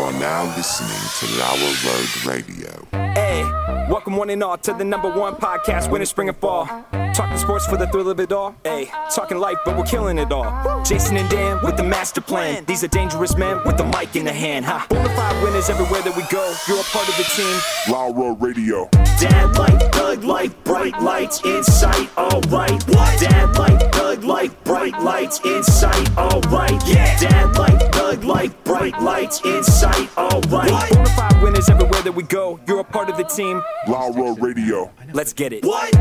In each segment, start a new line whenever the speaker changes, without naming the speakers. are now listening to Lower Road Radio.
Hey, welcome one and all to the number one podcast, winter, spring, and fall. Talking sports for the thrill of it all. Hey, talking life, but we're killing it all. Jason and Dan with the master plan. These are dangerous men with the mic in the hand. Ha. Bonafide winners everywhere that we go. You're a part of the team.
Laura Radio.
Dad life, thug life, bright lights in sight, alright. What? Dad life, thug life, bright lights in sight, alright. Yeah. Dad life, thug life, bright lights in sight, alright.
Bonafide winners everywhere that we go. You're a part of the team.
Laura Radio.
Let's get it.
What?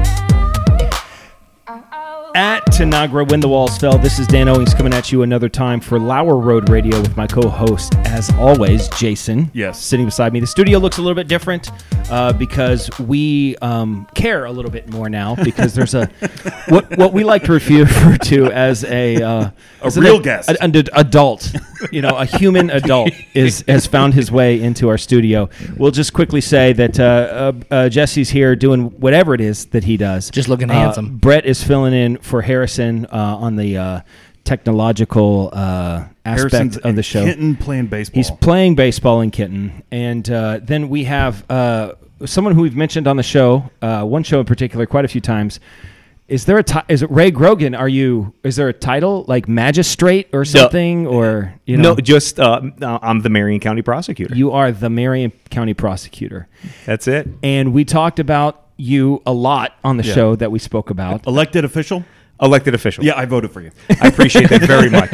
At Tanagra, when the walls fell, this is Dan Owings coming at you another time for Lower Road Radio with my co-host, as always, Jason.
Yes.
sitting beside me. The studio looks a little bit different uh, because we um, care a little bit more now because there's a what what we like to refer to as a uh, as an
real
ad-
guest.
an, ad- adult, you know, a human adult is has found his way into our studio. We'll just quickly say that uh, uh, uh, Jesse's here doing whatever it is that he does,
Just looking
Uh,
handsome.
Brett is filling in for Harrison uh, on the uh, technological uh, aspect
Harrison's
of
in
the show.
Kenton playing baseball.
He's playing baseball in Kitten, and uh, then we have uh, someone who we've mentioned on the show, uh, one show in particular, quite a few times. Is there a ti- is it Ray Grogan? Are you is there a title like magistrate or something or you know
No, just uh, I'm the Marion County prosecutor.
you are the Marion County prosecutor,
That's it.
and we talked about you a lot on the show that we spoke about.
elected official.
Elected official.
Yeah, I voted for you.
I appreciate that very much.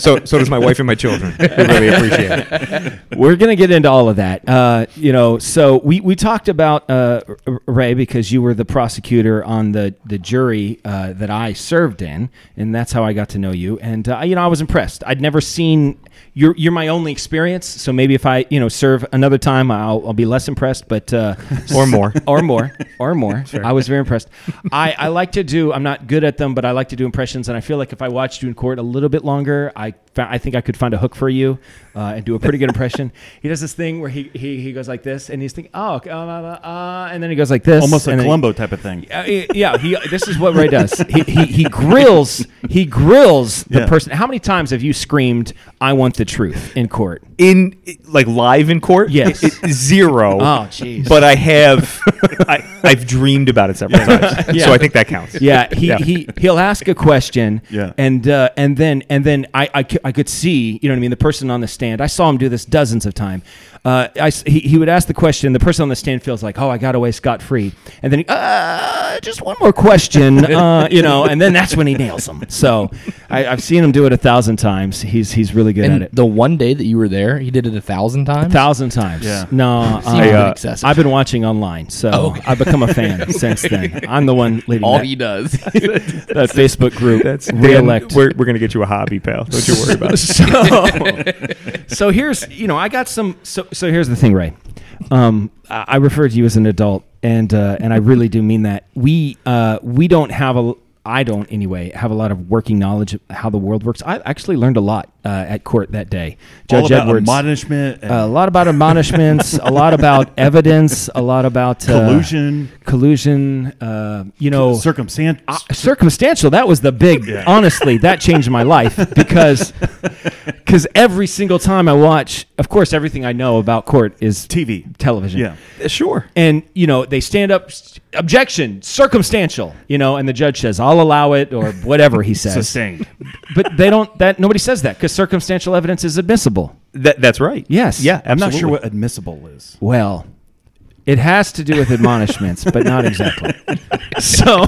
so so does my wife and my children. We really appreciate it.
We're gonna get into all of that, uh, you know. So we, we talked about uh, R- Ray because you were the prosecutor on the the jury uh, that I served in, and that's how I got to know you. And uh, you know, I was impressed. I'd never seen you're you're my only experience. So maybe if I you know serve another time, I'll, I'll be less impressed. But uh,
Or more.
or more or more i was very impressed I, I like to do i'm not good at them but i like to do impressions and i feel like if i watched you in court a little bit longer i found, i think i could find a hook for you uh, and do a pretty good impression he does this thing where he, he he goes like this and he's thinking oh okay, uh, uh, uh, and then he goes like this
Almost a
and then-
Columbo type of thing.
uh, yeah, he, this is what Ray does. He, he, he grills he grills the
Yeah.
person. How many times have you screamed, "I want the truth" in court?
In like live in court?
Yes.
It- it- zero.
Oh, jeez.
But I have I, I've dreamed about it several times.
Yeah.
So I think that counts.
yeah, he, he he'll ask a question,
Yeah.
and uh, and then and then I, I, cou- I could see you know what I mean the person on the stand I saw him do this dozens of time. Uh, I s he, he would ask the question. The person on the stand feels like, oh, I got away scot free, and then he, uh, just one more question, uh, you know, and then that's when he nails them. So I, I've seen him do it a thousand times. He's he's really good at
And
it.
the one day that you were there, he did it a thousand times.
Thousand times.
Yeah.
No,
Seems
uh,
a bit excessive.
I've been watching online, so I've become a fan since then. I'm the one leading
All
that,
he does.
that Facebook group.
That's
reelect.
Dan, We're, we're gonna get you a hobby, pal. Don't you worry about it.
so, so here's you know I got some so so here's the thing, Ray. Um, I, I refer to you as an adult, and uh, and I really do mean that. We uh, we don't have a I don't anyway have a lot of working knowledge of how the world works. I actually learned a lot uh, at court that day.
All
Judge
about
Edwards. uh,
admonishment and
a lot about admonishments, a lot about evidence, a lot about uh,
Collusion.
collusion. Uh, you know,
circumstance.
uh, circumstantial that was the big honestly that changed my life because because every single time i watch of course everything i know about court is
TV.
television
Yeah.
Sure.
and you know they stand up s- objection circumstantial you know and the judge says i'll allow it or whatever he says
Sustained.
but they don't that nobody says that because circumstantial evidence is admissible
That, that's right.
Yes.
Yeah.
I'm
I'm not sure
absolutely.
what admissible is.
Well, it has to do with admonishments, but not exactly. So,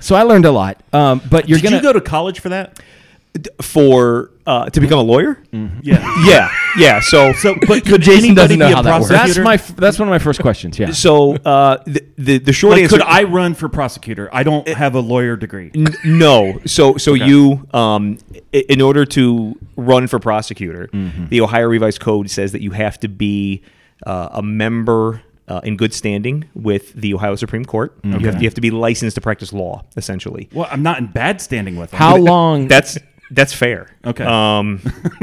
so I learned a lot. Um, but you're
Did
gonna
you go to college for that?
for uh, to become a lawyer.
Mm.
Yeah.
Yeah. Yeah. So
So, but could
Jason
anybody
doesn't know
be a
how that works.
prosecutor?
that's my f- that's one of my first questions. Yeah.
so uh, the, the the short
Like,
answer
could I run for prosecutor? I don't have a lawyer degree.
N- no. So so you um i- in order to run for prosecutor, the Ohio Revised Code says that you have to be uh, a member uh, in good standing with the Ohio Supreme Court. You, have, you have to be licensed to practice law, essentially.
Well, I'm not in bad standing with them.
How long?
That's that's fair.
Okay.
Um,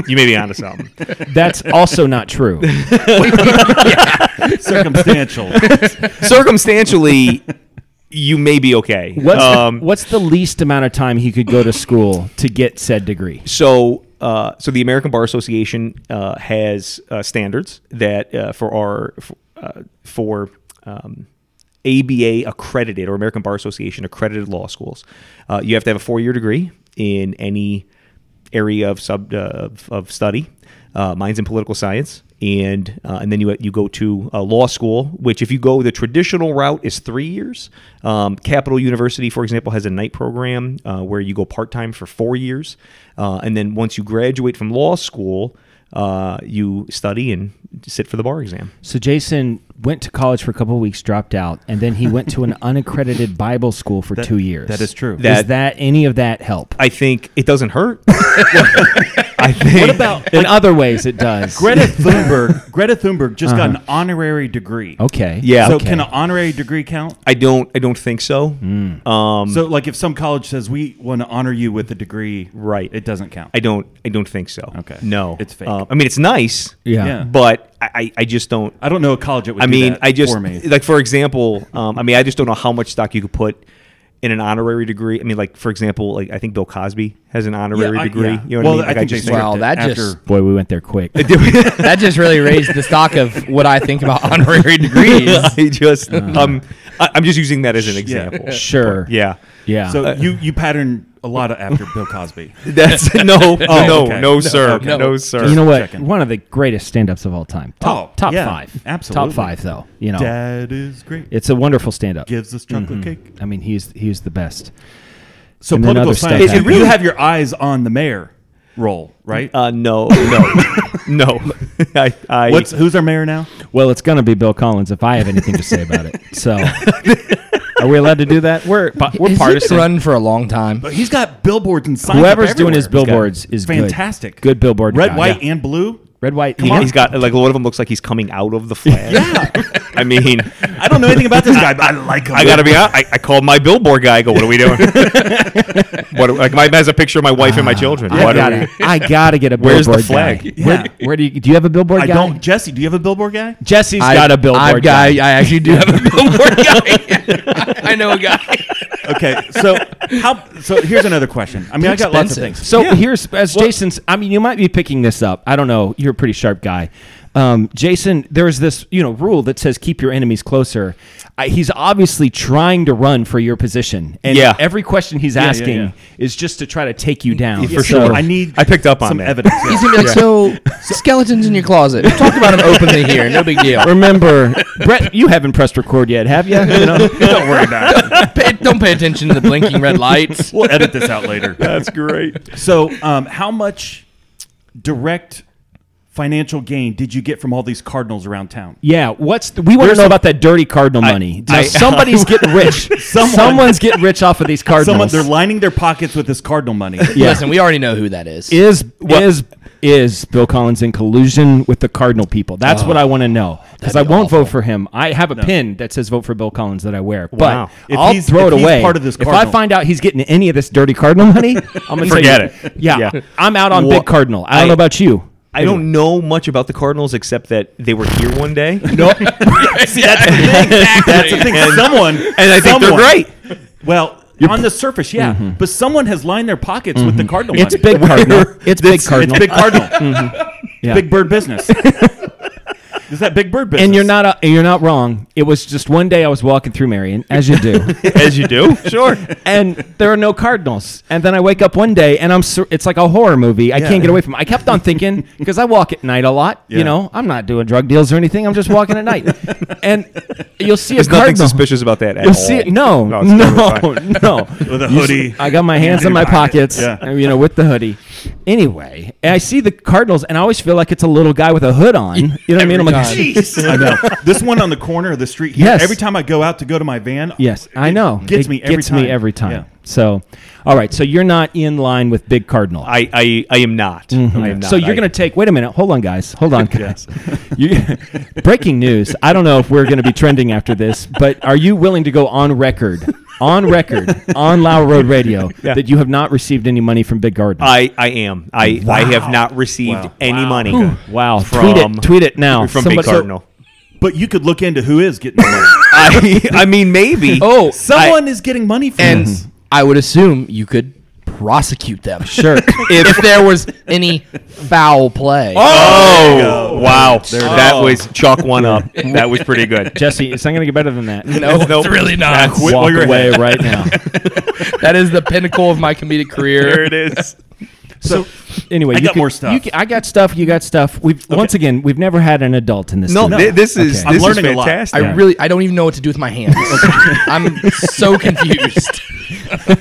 you may be onto something.
that's also not true.
circumstantial?
Circumstantially, you may be okay. Um,
Um,
What's the, what's the least amount of time he could go to school to get said degree?
So uh, so the American Bar Association uh, has uh, standards that uh, for our for, uh, for um, ABA accredited or American Bar Association accredited law schools, uh, you have to have a four year degree in any area of sub uh, of, of study. Uh, mine's in political science, and uh, and then you you go to uh, law school, which if you go the traditional route is three years. Um, Capital University, for example, has a night program uh, where you go part time for four years, uh, and then once you graduate from law school, uh, you study and sit for the bar exam.
So Jason went to college for a couple of weeks, dropped out, and then he went to an unaccredited Bible school for two years.
that is true.
Does that any of that help?
I think it doesn't hurt. I think
what about in other ways it does?
Greta Thunberg. Greta Thunberg just got
Uh-huh.
an honorary degree.
Okay.
Yeah.
So
okay.
can an honorary degree count?
I don't. I don't think so.
Hmm.
Um, Mm.
so like if some college says we want to honor you with a degree,
Right.
It doesn't count.
I don't. I don't think so.
Okay.
No,
It's fake.
Uh, I mean, it's nice.
Yeah.
Yeah.
But I, I- I just don't.
I don't know a college that would.
I
do
mean,
that
I just
for me.
like for example. Um, I mean, I just don't know how much stock you could put in an honorary degree. I mean, like for example, like I think Bill Cosby has an honorary
I-
degree.
yeah.
You know
well,
what I mean?
think
Like, just
they
Wow,
stripped
that
it
just-
after-
Boy, we went there quick.
That just really raised the stock of what I think about honorary degrees.
I just
Uh.
um, I, I'm just using that as an example.
sure.
Yeah.
Yeah.
So you you pattern a lot of after Bill Cosby.
That's no, no,
Oh, okay.
no, sir,
okay.
no, sir.
you know what?
checking.
One of the greatest stand-ups of all time. Top
Oh,
top
yeah,
five.
absolutely.
Top five though. You know.
Dad is great.
It's a wonderful stand-up.
gives us chocolate
Mm-hmm.
cake.
I mean, he's he's the best.
So
And then
political
other stuff
science. You
happens.
really have your eyes on the mayor role, right?
Uh, no, no, no. I, I,
What's who's our mayor now?
Well, it's gonna be Bill Collins if I have anything to say about it. So, are we allowed to do that? We're pa- we're
Has he been
partisan.
run for a long time.
But he's got billboards and signs.
Whoever's
up
doing his
everywhere.
billboards is good.
fantastic.
Good billboard.
Red,
guy.
white,
Yeah.
and blue.
red, white.
He, has got like one of them looks like he's coming out of the flag. yeah. I mean,
I don't know anything about this guy, but I like him.
I gotta be honest. I, I called my billboard guy. I go, what are we doing? what are- like mine has a picture of my wife and my children.
Ah,
I
What are
gotta,
we-
I gotta get a billboard.
Where's the flag?
guy. Where, where do you do you have a billboard
I
guy?
don't. Jesse, do you have a billboard guy?
Jesse's
I-
got a billboard
I've got-
guy.
I actually do have a billboard guy. I know a guy.
Okay, so how? So here's another question. I mean, I got lots of things.
expensive.
So here's as Jason's. I mean, you might be picking this up. I don't know. You're a pretty sharp guy, um, Jason. There's this you know rule that says keep your enemies closer. I, he's obviously trying to run for your position, and
Yeah.
every question he's
yeah,
asking
yeah.
is just to try to take you down.
For
So-
sure.
I need.
I picked up on
some
that.
evidence.
He's gonna be like, so skeletons in your closet. Talk about them openly here. No big deal.
Remember, Brett, you haven't pressed record yet, have you? You know?
don't worry about it.
Pay- don't pay attention to the blinking red lights.
We'll edit this out later.
That's great.
So, um, how much direct financial gain did you get from all these cardinals around town?
Yeah, what's the, we want to know about that dirty cardinal money? Now,
I-
somebody's getting rich.
Someone-
Someone's getting rich off of these
Someone
cardinals.
they're lining their pockets with this cardinal money.
Yeah.
Listen, we already know who that is.
is is is Bill Collins in collusion with the cardinal people? That's
Oh.
what I want to know because I
That'd be
won't vote
awful.
for him. I have a pin that says "Vote for Bill Collins" that I wear,
Wow.
but
If
I'll
he's-
throw
if
it
he's
away.
part of this
if I
cardinal-
find out he's getting any of this dirty cardinal money, I'm gonna
Forget
tell you,
it.
Yeah,
Yeah.
I'm out on
Well,
big cardinal. I don't
I-
know about you.
I don't know much about the Cardinals except that they were here one day. No,
See, that's the thing. That's the thing. someone
and I think they're great. Mm-hmm.
Well, on the surface, yeah, but someone has lined their pockets with the cardinal
It's
money.
big cardinal. It's big
It's-
cardinal.
It's big cardinal.
Yeah.
Big bird business. Is that big bird business?
and you're not a, and you're not wrong. It was just one day I was walking through Marion, as you do.
as you do. Sure.
and there are no cardinals. And then I wake up one day and I'm sur- it's like a horror movie. I can't get away from. It. I kept on thinking because I walk at night a lot. You
Yeah.
know, I'm not doing drug deals or anything. I'm just walking at night. and you'll see
There's
a
nothing
cardinal.
suspicious about that at
You'll
all.
see it. No, no,
it's
no.
totally fine.
With a
You s-
hoodie.
I got my hands in my pockets,
Yeah.
and, you know, with the hoodie. Anyway, and I see the Cardinals, and I always feel like it's a little guy with a hood on. You know what I mean? I'm like,
time.
jeez.
I know. This one on the corner of the street here.
Yes.
Every time I go out to go to my van.
Yes,
it
I know.
Gets
It
me every
gets
time.
me every time.
Yeah.
So, all right. So you're not in line with Big Cardinal.
I, I, I am not. I am not.
So you're
I-
going to take. Wait a minute. Hold on, guys. Hold on, guys. You- breaking news. I don't know if we're going to be trending after this, but are you willing to go on record, on record, on Low Road Radio
Yeah.
that you have not received any money from Big Garden?
I, I am. I, I have not received
Wow.
any money.
wow.
From,
tweet it. Tweet it now.
From
Somebody-
Big Cardinal.
But you could look into who is getting the money.
I, I mean, maybe.
Oh,
Someone is getting money from
and
this.
I would assume you could prosecute them
Sure.
if, there was any foul play.
Oh, wow. that
Oh.
was chalk one up. That was pretty good.
Jesse, it's not going to get better than that.
no, it's really not.
Quit while
Walk
you're
away
ahead.
right now.
that is the pinnacle of my comedic
There
career.
it is.
So, anyway,
I
you
got
can-
more stuff.
you can- I got stuff. You got stuff. We've once again, we've never had an adult in this.
No,
studio.
thi- this is
Okay. I'm
this is
learning a lot.
fantastic.
I really, I don't even know what to do with my hands. I'm so confused.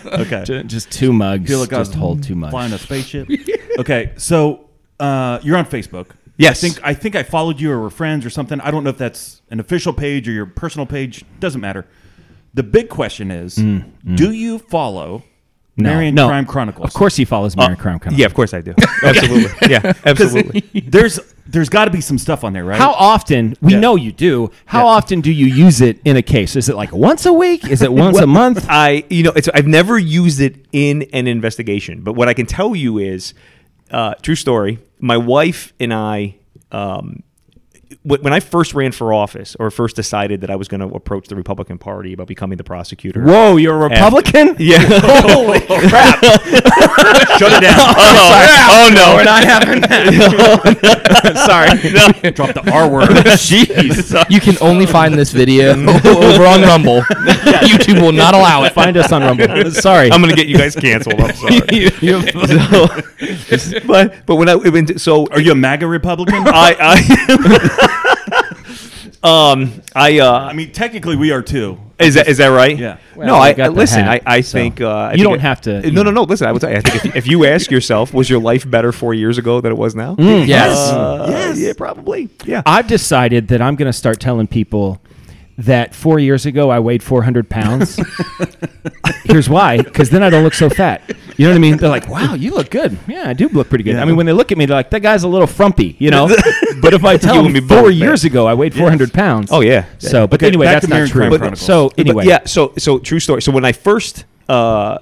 Okay.
Ju- just two mugs.
Feel like I
just
was
hold two mugs.
Flying a spaceship. okay, so uh, you're on Facebook.
Yes.
I think I think I followed you or we're friends or something. I don't know if that's an official page or your personal page. Doesn't matter. The big question is, do you follow
Mm, No,
Marion
no.
Crime Chronicles?
Of course, he follows Marion Crime Chronicles.
Uh, Yeah, of course I do. Absolutely. Yeah, absolutely.
There's there's got to be some stuff on there, right?
How often? We know you do. How often do you use it in a case? Is it like once a week? Is it once a month?
I you know it's I've never used it in an investigation, but what I can tell you is uh, true story. My wife and I. Um, wh- when I first ran for office, or first decided that I was going to approach the Republican Party about becoming the prosecutor,
Whoa, you're a Republican?
Yeah. Holy crap. Shut it down. Oh, oh no. We're not having that. Sorry. Drop the R word. Jeez.
You can only find this video over on Rumble. YouTube will not allow it.
Find us on Rumble. Sorry.
I'm going to get you guys canceled. I'm sorry. So, but but when I when, so
Are you a MAGA Republican? Uh,
I I um I uh
I mean, technically, we are too.
Is that is that right?
Yeah.
no,
you
I,
got
I
the
listen.
hat,
I, I
so
think uh, I
you
think
don't
it-
have to-
No, no, no. Listen, I would say I think if, if you ask yourself, was your life better four years ago than it was now?
Hmm.
Yes.
Uh, Yeah, probably. Yeah.
I've decided that I'm going to start telling people that four years ago I weighed 400 pounds. Here's why, because then I don't look so fat. You know what I mean? They're like, "Wow, you look good." Yeah, I do look pretty good. I mean, when they look at me, they're like, "That guy's a little frumpy," you know. but if I tell
You
them
and me
four
both, man.
years ago I weighed 400 pounds,
Oh, yeah.
So, but
Okay,
anyway,
back
that's
to
not
Marion
true.
Crime
But-
Chronicles.
so
But
anyway,
yeah. So so true story. So when I first uh,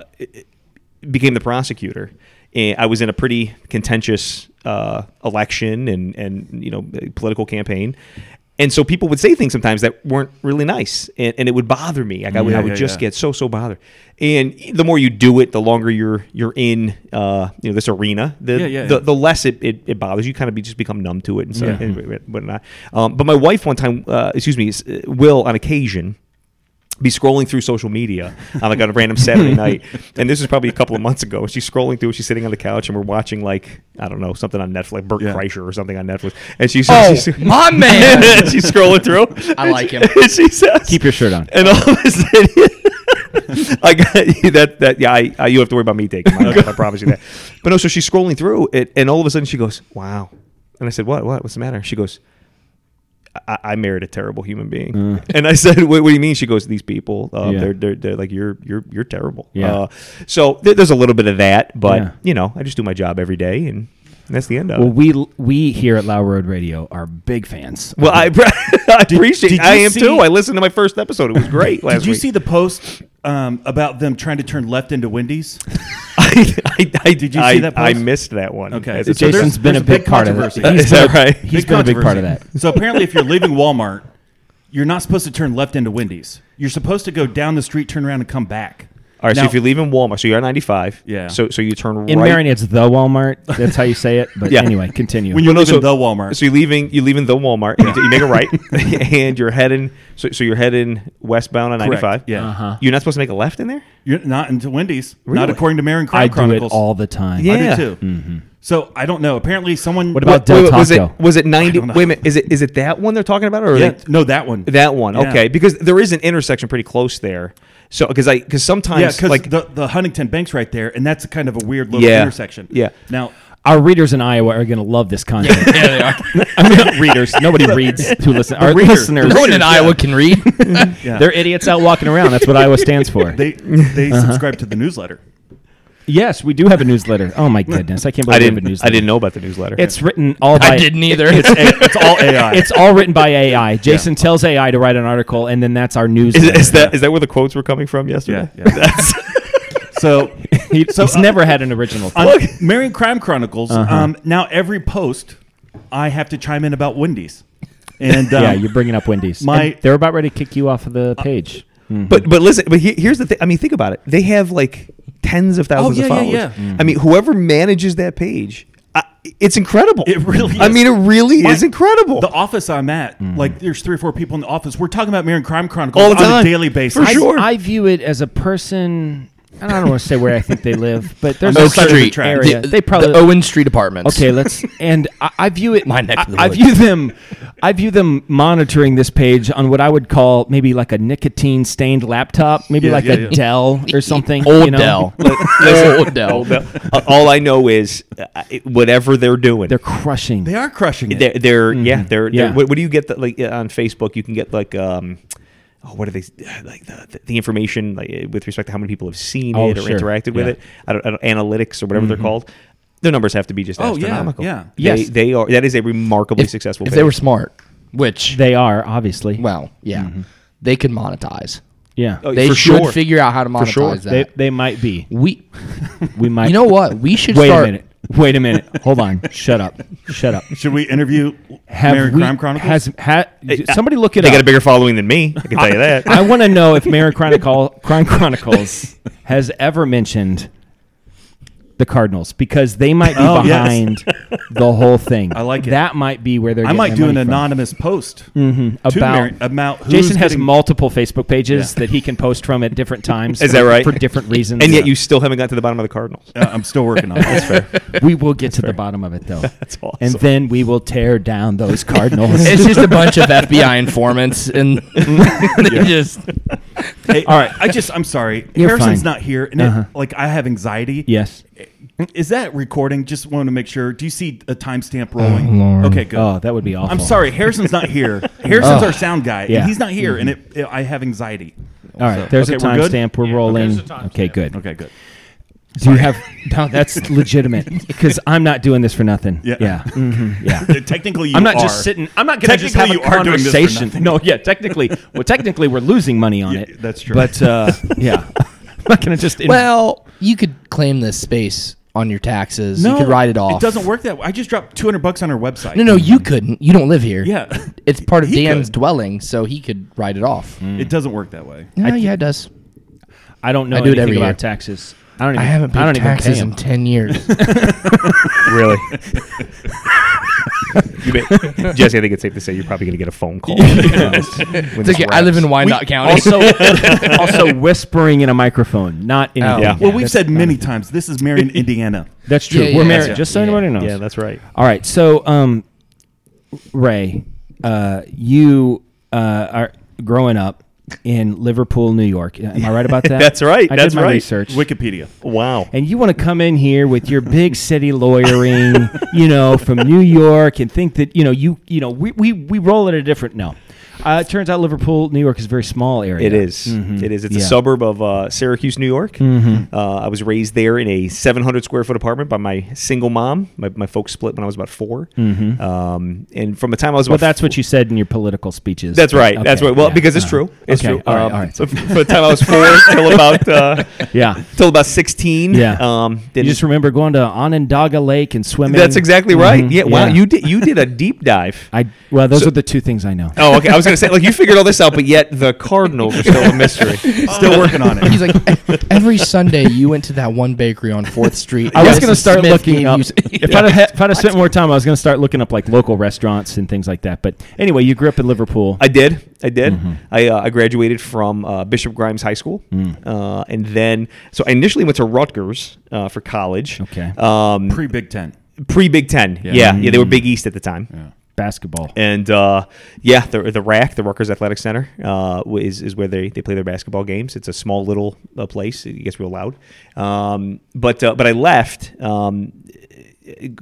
became the prosecutor, eh, I was in a pretty contentious uh, election and and you know political campaign. And so people would say things sometimes that weren't really nice, and, and it would bother me. Like I would, I
Yeah,
would
yeah,
just
yeah.
get so so bothered. And the more you do it, the longer you're you're in uh, you know this arena, the
Yeah, yeah,
the,
yeah.
the less it, it, it bothers you. Kind of be, just become numb to it and, so,
Yeah.
and whatnot. Um, but my wife one time, uh, excuse me, s- will on occasion be scrolling through social media on like on a random Saturday night. And this was probably a couple of months ago. She's scrolling through, she's sitting on the couch and we're watching like, I don't know, something on Netflix, like Bert
Yeah.
Kreischer or something on Netflix. And she's,
Oh,
she's
my man.
she's scrolling through.
I like him.
And she says
keep your shirt on.
and all of a sudden I got that that yeah, I, I you don't have to worry about me taking my I promise you that. But no, so she's scrolling through it and all of a sudden she goes, Wow. And I said, What, what, what's the matter? She goes, I, I married a terrible human being. And I said, what, what do you mean? She goes, These people, um,
Mm. Yeah.
they're, they're they're like you're you're you're terrible.
Yeah.
Uh, so there- there's a little bit of that, but
Yeah.
you know, I just do my job every day and that's the end of
Well,
it.
we we here at Low Road Radio are big fans.
Well, I, I appreciate.
did
I
you
am
see-
too. I listened to my first episode. It was great. last
Did you
week.
see the post um, about them trying to turn left into Wendy's?
I, I, I
Did you see
I-
that
I
post?
missed that one.
Okay,
It's-
so
it's-
Jason's
there's-
been a
there's
big part of it.
controversy.
He's
Is
been a
that
big-
right?
He's been a big part of that.
controversy. So apparently, if you're leaving Walmart, you're not supposed to turn left into Wendy's. You're supposed to go down the street, turn around, and come back.
All right,
Now-
so if you leave in Walmart, so you're at 95.
Yeah.
So so you turn
In
right.
Marion, it's the Walmart. That's how you say it. But
Yeah.
anyway, continue.
when you're
no,
leaving
so-
the Walmart,
So you're leaving you're leaving the Walmart. and You, you make a right, and you're heading. So, so you're heading westbound on 95.
yeah.
You're not supposed to make a left in there.
you're not into Wendy's. Not
Really?
according to Marin Crime
I do it
Chronicles.
all the time.
Yeah.
I do too. So I don't know. Apparently, someone.
What about- Del
was
Taco.
it was it 90?
I don't know.
Wait a minute. Is it is it that one they're talking about, or are
Yeah,
they-
no, that one.
that one?
Yeah.
Okay, because there is an intersection pretty close there. So because I because
Yeah,
sometimes
because
like
the, the Huntington Bank's right there, and that's kind of a weird little
Yeah.
intersection.
Yeah.
Now,
Our readers in Iowa are going to love this content.
Yeah, they are.
I mean, readers. Nobody reads to listen. Our listeners.
No one in Iowa can read.
They're idiots out walking around. That's what Iowa stands for.
they they
Uh-huh.
subscribe to the newsletter.
yes, we do have a newsletter. Oh my goodness, I can't believe we
I
have a
didn't I
newsletter.
didn't know about the newsletter.
It's written all by.
I didn't either.
It's all AI.
It's all written by AI. Jason tells AI to write an article, and then that's our
is,
newsletter.
is that is that where the quotes were coming from yesterday?
yeah. yeah. so
He- he's never had an original.
on
thought.
Marion Crime Chronicles.
Uh-huh.
Um, now every post, I have to chime in about Wendy's, and um,
yeah, you're bringing up Wendy's.
my-
And they're about ready to kick you off of the page. Hmm.
But but listen, but he- here's the thing. I mean, think about it. They have like tens of thousands
yeah,
of
Oh, yeah,
followers.
yeah. Mm.
I mean, whoever manages that page, I, it's incredible.
It really
I
is.
mean, it really
My-
is incredible.
The office I'm at,
Mm.
like there's three or four people in the office. We're talking about Mirror and Crime Chronicles
All the
on
time.
a daily basis.
For
I,
sure.
I view it as a person. and I don't want to say where I think they live, but there's a
Oak
side of the
Street
track.
area.
The,
they probably
the Owen Street apartments.
Okay, let's. And I, I view it.
My neck of the
I, I
woods.
view them. I view them monitoring this page on what I would call maybe like a nicotine stained laptop, maybe
Yeah,
like
yeah,
a
yeah.
Dell or something.
Old
you know?
Dell. Old Dell.
Uh, All I know is uh, it- whatever they're doing,
They're crushing.
They are crushing it.
they're, they're yeah, they're,
Yeah.
they're what, what do you get that like uh, on Facebook? You can get like um, oh, what are they like the, the information like, uh, with respect to how many people have seen
Oh,
it or
sure.
interacted with
Yeah.
it? I don't, I don't analytics or whatever they're called. Their numbers have to be just
Oh, yeah,
astronomical.
yeah.
They,
Yes.
they are. That is a remarkably
If,
successful.
if
page.
they were smart, which
They are obviously.
well, yeah, they could monetize.
yeah.
Oh,
They
for
should
sure.
figure out how to monetize
sure.
they,
that.
they might be.
we,
We might.
you know what? We should
Wait
start.
a minute. Wait a minute. Hold on. Shut up. Shut up.
Should we interview
Have
Mirror and
we,
Crime Chronicles?
Has ha, somebody look it
They
up?
got a bigger following than me. I can tell you that.
I want to know if Mary Chronicle, Crime Chronicles has ever mentioned the Cardinals because they might be
Oh, yes.
behind the whole thing. I
like it.
That might be where they're.
I might
getting
do
their
an
money from.
anonymous post to
Mm-hmm. about
Mirror- about uh, who's
Jason has
getting-
multiple Facebook pages that he can post from at different times.
Is that right?
For different reasons,
And yet you still haven't got to the bottom of the Cardinals.
Uh, I'm still working on it. That's fair.
we will get to the bottom of it though. That's
awesome.
And then we will tear down those Cardinals.
It's just a bunch of FBI informants, and they just
Hey,
All right.
I just I'm sorry.
You're
Harrison's
fine. Uh-huh.
not here, and it, like I have anxiety.
yes.
Is that recording? Just want to make sure. Do you see a timestamp rolling? Okay, good.
Oh, that would be awful.
I'm sorry, Harrison's not here. Harrison's our sound guy,
Yeah.
and he's not here, and it, it- I have anxiety.
All right. There's a
Okay, we're good?
timestamp. We're, rolling. Okay. Good.
Okay, good.
Do you have? No, that's legitimate because I'm not doing this for nothing.
Yeah.
Yeah. Mhm, yeah.
Uh, Technically, you
I'm not
are.
just sitting. I'm not going to just have a
Technically, you are doing this for
conversation.
nothing.
No, yeah. Technically, well, technically, we're losing money on
Yeah,
it.
that's true.
But uh, yeah, I'm not going to just.
well, you could claim this space on your taxes. you could write it off.
It doesn't work that way. I just dropped 200 bucks on her website.
No, no, you couldn't. You don't live here.
Yeah.
it's part of
He
Dan's
could. Mm.
dwelling, so he could write it off.
It doesn't work that way.
No, yeah, it does.
I don't know
I do it
anything
every
about
year.
taxes. I don't. Even,
I haven't paid
I don't
taxes
even
in
pay 'em.
ten years.
really. You may- Jesse, I think it's safe to say you're probably going to get a phone call.
It's okay, I live in Wyandotte County.
also, also whispering in a microphone, not in.
Oh.
Yeah.
well, we've said many times this is Marion, Indiana.
That's true.
Yeah, yeah,
We're
yeah.
married.
Yeah.
Just so
Yeah.
anybody knows.
Yeah, that's right.
All right. So, um, Ray, uh, you uh, are growing up in Liverpool, New York. Am I right about that?
That's right.
I
That's
did my
right.
research.
Wikipedia.
Wow.
and you want to come in here with your big city lawyering, you know, from New York, and think that you know you you know we we, we roll at a different no. Uh, it turns out Liverpool, New York, is a very small area.
It is. It is. It's
Mm-hmm. Yeah. Mm-hmm.
a suburb of uh, Syracuse, New York. Uh, I was raised there in a 700 square foot apartment by my single mom. My, my folks split when I was about 4 Um, and from the time I was
Mm-hmm.
about
Well, that's what you said in your political speeches.
That's right. That's
Okay,
right. Well,
yeah.
because it's
Uh,
true. It's
okay,
true.
All right.
Um,
all right.
so f- from the time I was four till about uh,
yeah.
till about 16.
Yeah.
Um, then
You just remember going to Onondaga Lake and swimming.
that's exactly right.
Mhm.
Yeah. Wow.
Yeah.
You did. You did a deep dive.
I well, those
So-
are the two things I know.
Oh, okay. I was gonna say, like, you figured all this out, but yet the Cardinals are still a mystery.
Still working on it.
He's like, "E- every Sunday you went to that one bakery on Fourth Street.
I was
Joseph
going to start
Smith
looking
gave
up.
you-
if, I'd have, if I'd have spent more time, I was going to start looking up like local restaurants and things like that. But anyway, you grew up in Liverpool.
I did. I did. I, uh, I graduated from uh, Bishop Grimes High School, uh, and then so I initially went to Rutgers uh, for college.
Okay.
Um,
Pre Big Ten.
Pre Big Ten. Yeah. yeah. They were Big East at the time.
Basketball.
And uh, yeah, the the rack, the Rutgers Athletic Center, uh, is is where they, they play their basketball games. It's a small little uh, place. It gets real loud. Um, but uh, but I left. Um,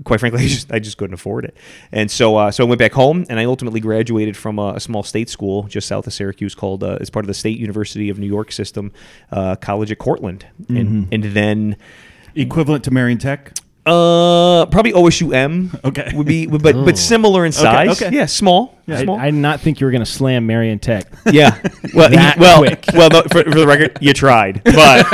quite frankly, I just I just couldn't afford it. And so uh, so I went back home, and I ultimately graduated from a, a small state school just south of Syracuse called uh, as part of the State University of New York system, uh, College at Cortland, and and then.
Equivalent to Marion Tech.
Uh, probably OSUM.
Okay.
would be, but but similar in size.
Oh. okay.
Yeah, small,
I,
small.
I did not think you were going to slam Marion Tech.
Yeah. Well,
That
he- well,
quick.
well. no, for, for the record, you tried, but,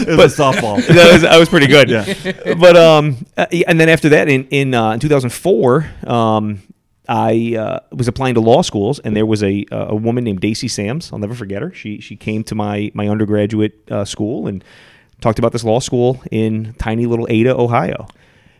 It was softball.
that was, I was pretty good. But um, uh, yeah, and then after that, in in uh, in 2004, um, I uh, was applying to law schools, and there was a uh, a woman named Daisy Sams. I'll never forget her. She she came to my my undergraduate uh, school and talked about this law school in tiny little Ada, Ohio.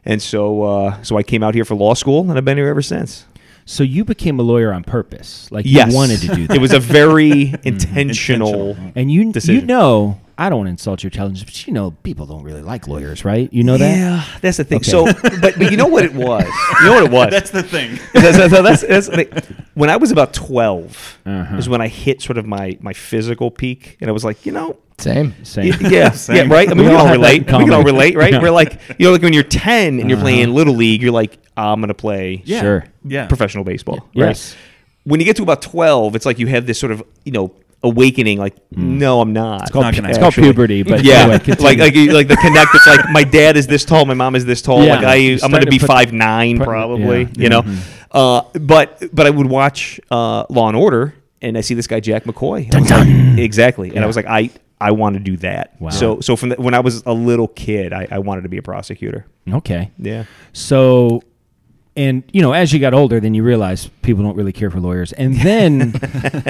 And so uh, so I came out here for law school, and I've been here ever since.
So you became a lawyer on purpose. Like
Yes,
you wanted to do that. Mm.
It was a very intentional.
and you you
decision.
know, I don't want to insult your intelligence, but you know people don't really like lawyers, right? You know that?
Yeah, that's the thing.
Okay.
So, but, but you know what it was. You know what it was.
That's the thing.
that's, that's- that's- that's the thing. when I was about 12 is when I hit sort of my my physical peak, and I was like, you know,
Same.
Same.
y- yeah,
Same.
yeah, right. I mean,
We
we, can
all have
all
that in
relate. We can all
common.
relate, right?
Yeah.
We're like, you know, like when you're 10 and you're playing little league, you're like, I'm gonna play
Sure.
Yeah.
professional baseball. Right?
Yes.
When you get to about 12, it's like you have this sort of you know awakening, like, no, I'm not. It's
Not gonna
It's called
actually-
puberty, but
yeah,
anyway,
like
continue.
like you- like the connect. It's like my dad is this tall, my mom is this tall.
Yeah.
Like I,
You
I'm
start
going to
to
be
put-
five nine
put-
probably.
yeah. Mm-hmm.
You know, uh, but but I would watch uh, Law and Order, and I see this guy Jack McCoy. I was like, exactly, and I was like, I I want to do that.
Wow.
So so from the, when I was a little kid, I, I wanted to be a prosecutor.
okay.
Yeah.
So, and you know, as you got older, then you realize people don't really care for lawyers, and then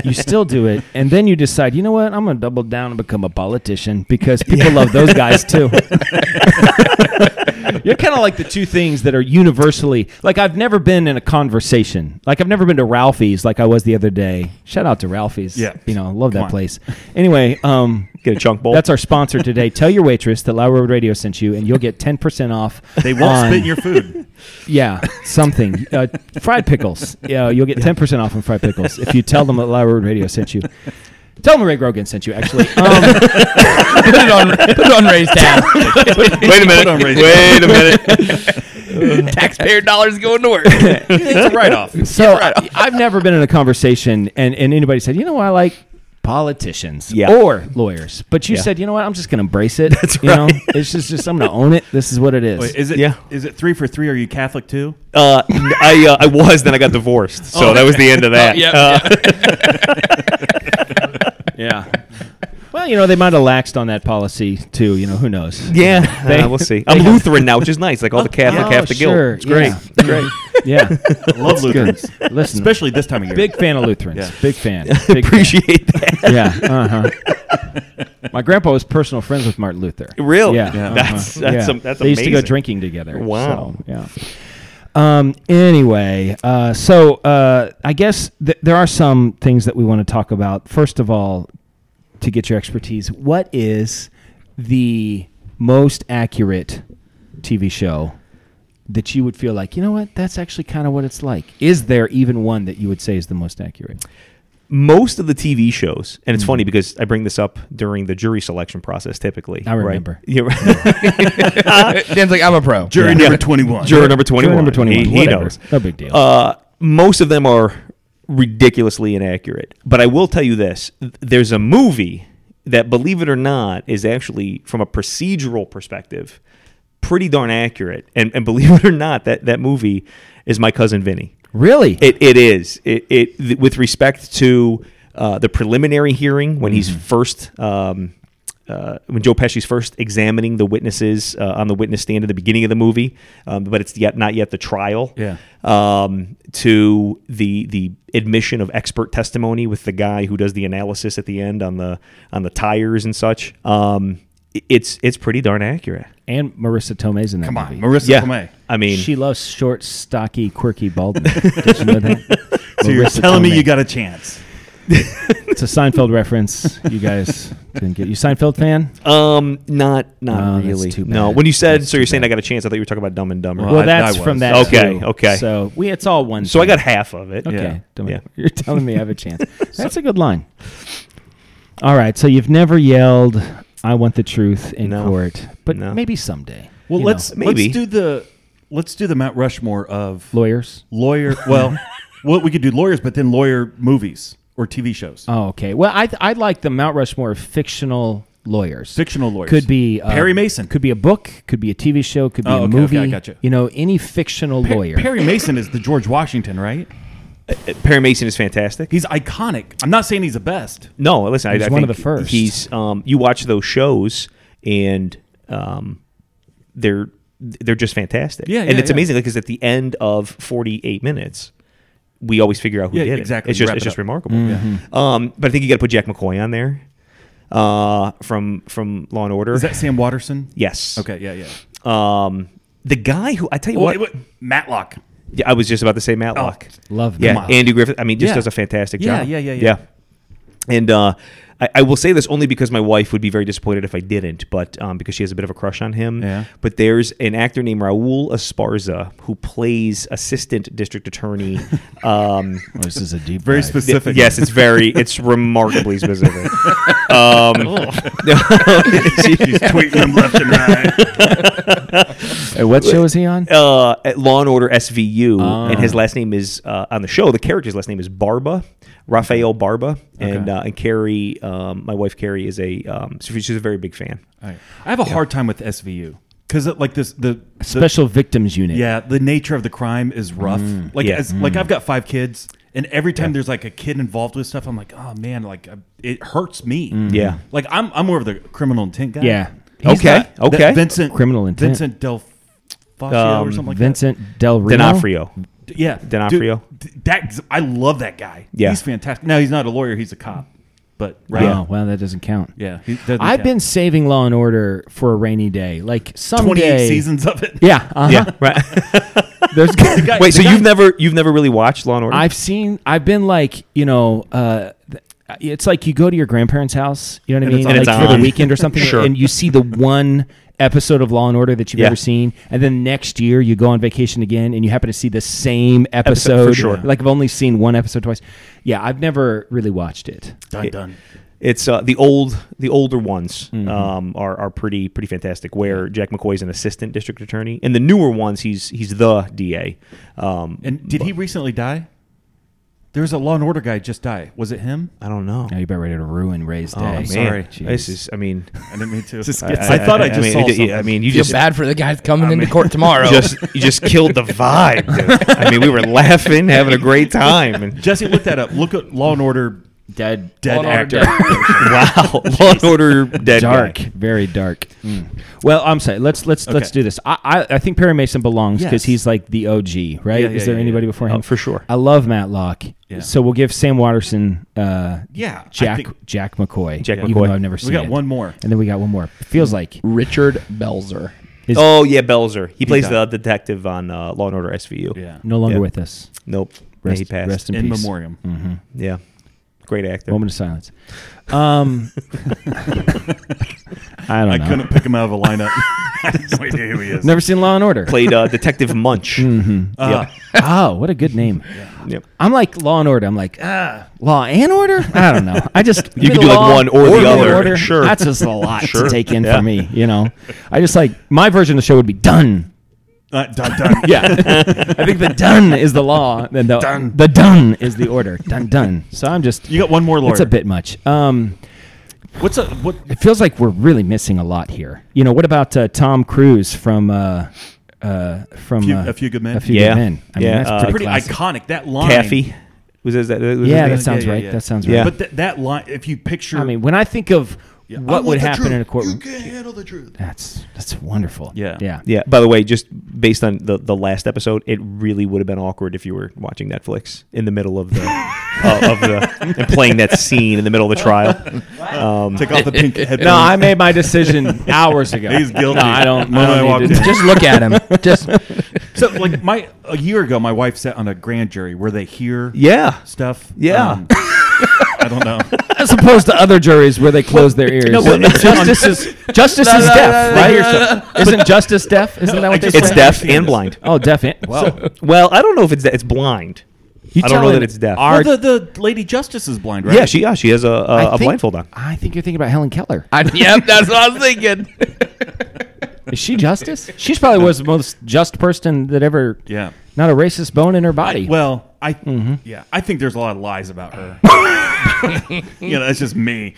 you still do it, and then you decide, you know what, I'm gonna double down and become a politician because people love those guys too. You're kind of like the two things that are universally like. I've never been in a conversation like I've never been to Ralphie's like I was the other day. Shout out to Ralphie's.
Yeah.
you know, love that
on.
place. Anyway, um,
Get a chunk bowl.
that's our sponsor today. Tell your waitress that Lower Road Radio sent you, and you'll get ten percent off.
They won't
on-
spit in your food.
yeah, something. Uh, fried pickles. Yeah, you'll get ten percent off on fried pickles if you tell them that Loud Road Radio sent you. Tell them Ray Grogan sent you. Actually, um,
put it on. Put it on Ray's tab.
Wait a minute. Wait a minute.
Taxpayer dollars going to work.
It's a write off.
so I, I've never been in a conversation and and anybody said, you know, what, I like politicians
Yeah.
or lawyers, but you
Yeah.
said, you know what, I'm just going to embrace it. That's you know, it's just just I'm going to own it. This is what it is.
Wait, is it?
Yeah.
Is it three for three? Are you Catholic too?
Uh, I uh, I was then I got divorced, so
Oh,
that was the end of that.
yeah,
Uh,
yeah. Well, you know, they might have laxed on that policy too. You know, who knows?
Yeah,
They-
uh, we'll see. I'm Lutheran now, which is nice. Like all the Catholic half the guilt.
Oh, sure,
It's great.
yeah. Yeah.
I love Lutherans,
Listen,
especially this time of year.
Big fan of Lutherans.
Yeah.
Big fan. Big fan.
Appreciate that.
Yeah. Uh-huh. My grandpa was personal friends with Martin Luther.
Really?
Yeah. Uh-huh.
Yeah.
That's
Yeah.
that's some that's
they used
amazing.
to go drinking together.
Wow.
So, yeah. Um, anyway, uh, so uh, I guess th- there are some things that we want to talk about. First of all, to get your expertise, what is the most accurate TV show that you would feel like, you know what, that's actually kind of what it's like? Is there even one that you would say is the most accurate?
Most of the TV shows, and it's
Mm-hmm.
funny because I bring this up during the jury selection process. Typically,
I
right?
remember.
Yeah, right.
Dan's like, I'm a pro.
Jury
Yeah.
number twenty one.
Juror number
Juror
twenty-one.
number 21.
He, he
whatever.
knows.
No big deal.
Uh, most of them are ridiculously inaccurate. But I will tell you this: there's a movie that, believe it or not, is actually from a procedural perspective pretty darn accurate. And, and believe it or not, that that movie is my cousin Vinny.
really?
It, it is. It, it th- with respect to uh, the preliminary hearing when he's first. Um, uh, when Joe Pesci's first examining the witnesses uh, on the witness stand at the beginning of the movie, um, but it's yet not yet the trial.
Yeah.
Um, to the the admission of expert testimony with the guy who does the analysis at the end on the on the tires and such. Um, i- it's it's pretty darn accurate.
and Marissa Tomei's in that
Come
movie.
on, Marissa
Yeah.
Tomei.
I mean,
she loves short, stocky, quirky baldness. Did you know that?
So you're
Marissa
telling me
Tomei.
you got a chance?
It's a Seinfeld reference. You guys didn't get. You Seinfeld fan?
Oh,
Um, not
Oh,
not
that's
really.
too
No,
bad.
when you said
That's
so,
too
you're saying
bad.
I got a chance. I thought you were talking about Dumb and Dumber.
well,
I-
that's
I
from
was.
that.
Okay,
too.
okay.
So we, it's all one.
so I
thing.
got half of it.
Okay,
Yeah.
don't-
Yeah.
you're telling me I have a chance. That's a good line. All right, so you've never yelled, "I want the truth" in
No.
court, but
No.
maybe someday.
Well,
you
let's
know.
maybe.
let's do the let's do the Mount Rushmore of
lawyers.
lawyer. Well, well, we could do lawyers, but then lawyer movies or TV shows.
Oh, okay. Well, I I like the Mount Rushmore of fictional lawyers.
Fictional lawyers
could be uh,
Perry Mason.
could be a book, could be a TV show, could be
Oh,
a
okay, okay,
movie.
I gotcha.
You know, any fictional
Per-
lawyer.
Perry Mason is the George Washington, right?
Perry Mason is fantastic.
He's iconic. I'm not saying he's the best.
no, listen,
He's
I, I
one of
think
the first.
He's um, you watch those shows and um, they're they're just fantastic.
Yeah,
and
yeah,
it's
yeah.
amazing because at the end of 48 minutes, we always figure out who
Yeah,
did it.
exactly.
It's just
Wrap
it's
it
just
up.
remarkable. Um, but I think you got to put Jack McCoy on there uh, from from Law and Order.
Is that Sam Watterson?
yes.
Okay. Yeah. Yeah.
Um, the guy who I tell you
Well,
what,
it wa- Matlock.
yeah, I was just about to say Matlock.
Love
yeah,
Matlock.
Andy Griffith. I mean, just
Oh, Yeah.
does a fantastic
Yeah,
job.
yeah, yeah, yeah.
And uh, I, I will say this only because my wife would be very disappointed if I didn't, but um, because she has a bit of a crush on him.
Yeah.
But there's an actor named Raul Esparza who plays assistant district attorney. Um,
Oh, this is a deep
Very
dive.
specific.
Yes, it's very, it's remarkably specific. Um,
She's tweeting him left and right.
Hey, what show is he on?
uh, at Law and Order SVU,
Ah.
and his last name is uh, on the show. The character's last name is Barba, Rafael Barba, and uh, and Carrie, um, my wife Carrie is a um, so she's a very big fan.
I have a hard time with SVU because like this the the-
Special Victims Unit.
yeah the nature of the crime is rough. Like
Mm, Yeah.
as, like I've got five kids, and every time there's like a kid involved with stuff, I'm like, oh man, like I, it hurts me.
Mm. Yeah.
Like I'm I'm more of the criminal intent guy.
Yeah.
He's
Okay,
not- that
okay.
Vincent
Criminal intent.
Vincent Del. Facio or
Um,
something like
Vincent Del Reno.
D'Onofrio.
that. yeah,
D'Onofrio.
Dude, d- that I love that guy.
Yeah.
he's fantastic. Now he's not a lawyer; he's a cop. But
Wow.
right,
Yeah.
Well, that doesn't count.
yeah, he doesn't
I've
count.
been saving Law and Order for a rainy day. Like someday.
28 seasons of it.
Yeah. Uh-huh.
Yeah, right.
There's,
Wait, so you've never you've never really watched Law and Order?
I've seen. I've been like, you know, uh, th- it's like you go to your grandparents' house. You know what I mean?
it's
like
on.
for
And it's
the
on.
weekend or something,
Sure.
and you see the one episode of Law and Order that you've
Yeah.
ever seen, and then next year you go on vacation again, and you happen to see the same episode.
for sure.
Like I've only seen one episode twice. Yeah, I've never really watched it.
Done, done.
It's uh, the old the older ones
Mm-hmm.
um, are are pretty pretty fantastic. Where Jack McCoy's an assistant district attorney, and the newer ones he's he's the DA. Um,
And did he recently die? There was a Law and Order guy just die. Was it him?
I don't know.
Now you better ready to ruin Ray's day.
Oh, man.
sorry.
This is I mean.
I didn't mean to.
I, thought I, just mean,
saw
it-
something.
I mean, you
Feel
just
bad for the guy coming into court tomorrow.
just you just killed the vibe. dude. I mean, we were laughing, having a great time, and
Jesse, look that up. Look at Law and Order
dead,
dead
Law and Order
actor.
wow, Law and Order dead
dark,
guy.
very dark. Well, I'm sorry. Let's let's let's
Mm. Okay.
do this. I I, I think Perry Mason belongs because
Yes.
he's like the OG, right?
Yeah, yeah,
Is there
yeah,
anybody
yeah.
before him?
Oh, for sure.
I love Matlock.
Yeah.
So we'll give Sam Watterson, uh,
Yeah, I
Jack
think-
Jack McCoy,
Jack
even
McCoy.
though I've never seen.
we got
it.
one Mm. more.
and then we got one more. Feels like
Richard Belzer.
is
Oh yeah, Belzer. He plays the
died.
detective on uh, Law and Order SVU.
Yeah.
no longer
Yeah.
with us.
Nope. Yeah,
Rest,
he passed.
rest in,
In
peace.
memoriam.
yeah. Great actor.
Moment of silence. Um, I don't
I
know.
couldn't pick him out of a lineup. I have no idea who he is.
Never seen Law and Order.
Played uh, Detective Munch.
Uh,
oh, what a good name.
Yep.
I'm like Law and Order. I'm like, ah, Law and Order? I don't know. I just
You could
middle
do, like,
law,
one or the
middle
other. Sure.
that's just a lot
Sure.
to take in
Yeah.
for me. You know, I just like my version of the show would be done.
uh, dun, dun.
Yeah, I think the done is the law, and the done. the done is the order. Done, done. So I'm just
You got one more lawyer.
It's a bit much. Um,
What's a what?
it feels like we're really missing a lot here. You know, what about uh, Tom Cruise from uh, uh, from
Few-
uh,
A Few Good Men?
A few
Yeah.
good men. I mean,
Yeah,
that's
uh,
pretty,
Pretty
classic.
iconic. That line.
Taffy. Was that? that was
Yeah,
that-
that sounds
yeah,
right.
yeah.
That sounds
Yeah.
right.
But th- that line, if you picture,
I mean, when I think of
I
what
want
would
the
happen
truth.
in a courtroom,
can't handle the truth.
that's that's wonderful.
Yeah.
yeah,
Yeah. By the way, just based on the, the last episode, it really would have been awkward if you were watching Netflix in the middle of the uh, of the and playing that scene in the middle of the trial.
Take off the pink headphones.
No, I made my decision hours ago.
He's guilty.
No, I don't.
When
I
I
don't
walked
need to-
in.
Just look at him. Just
So like my a year ago, my wife sat on a grand jury where they hear
Yeah.
stuff.
Yeah.
Um, I don't know.
as opposed to other juries where they close their ears.
well, no,
justice is justice is deaf, right? Isn't justice deaf? Isn't that what they
just-
say?
It's deaf
understand
and
this.
blind.
Oh, deaf. And, wow.
Well, I don't know if it's that. It's blind.
You
I don't know
telling
that it's deaf.
our-
Well, the, the lady justice is blind, right?
yeah, she yeah she has a a,
I
Uh, a
think-
blindfold on.
I think you're thinking about Helen Keller.
I, yep, that's what I was thinking.
Is she justice? She's probably was the most just person that ever.
Yeah.
Not a racist bone in her body.
Well, I
Mm-hmm.
yeah, I think there's a lot of lies about her. you know, that's just me.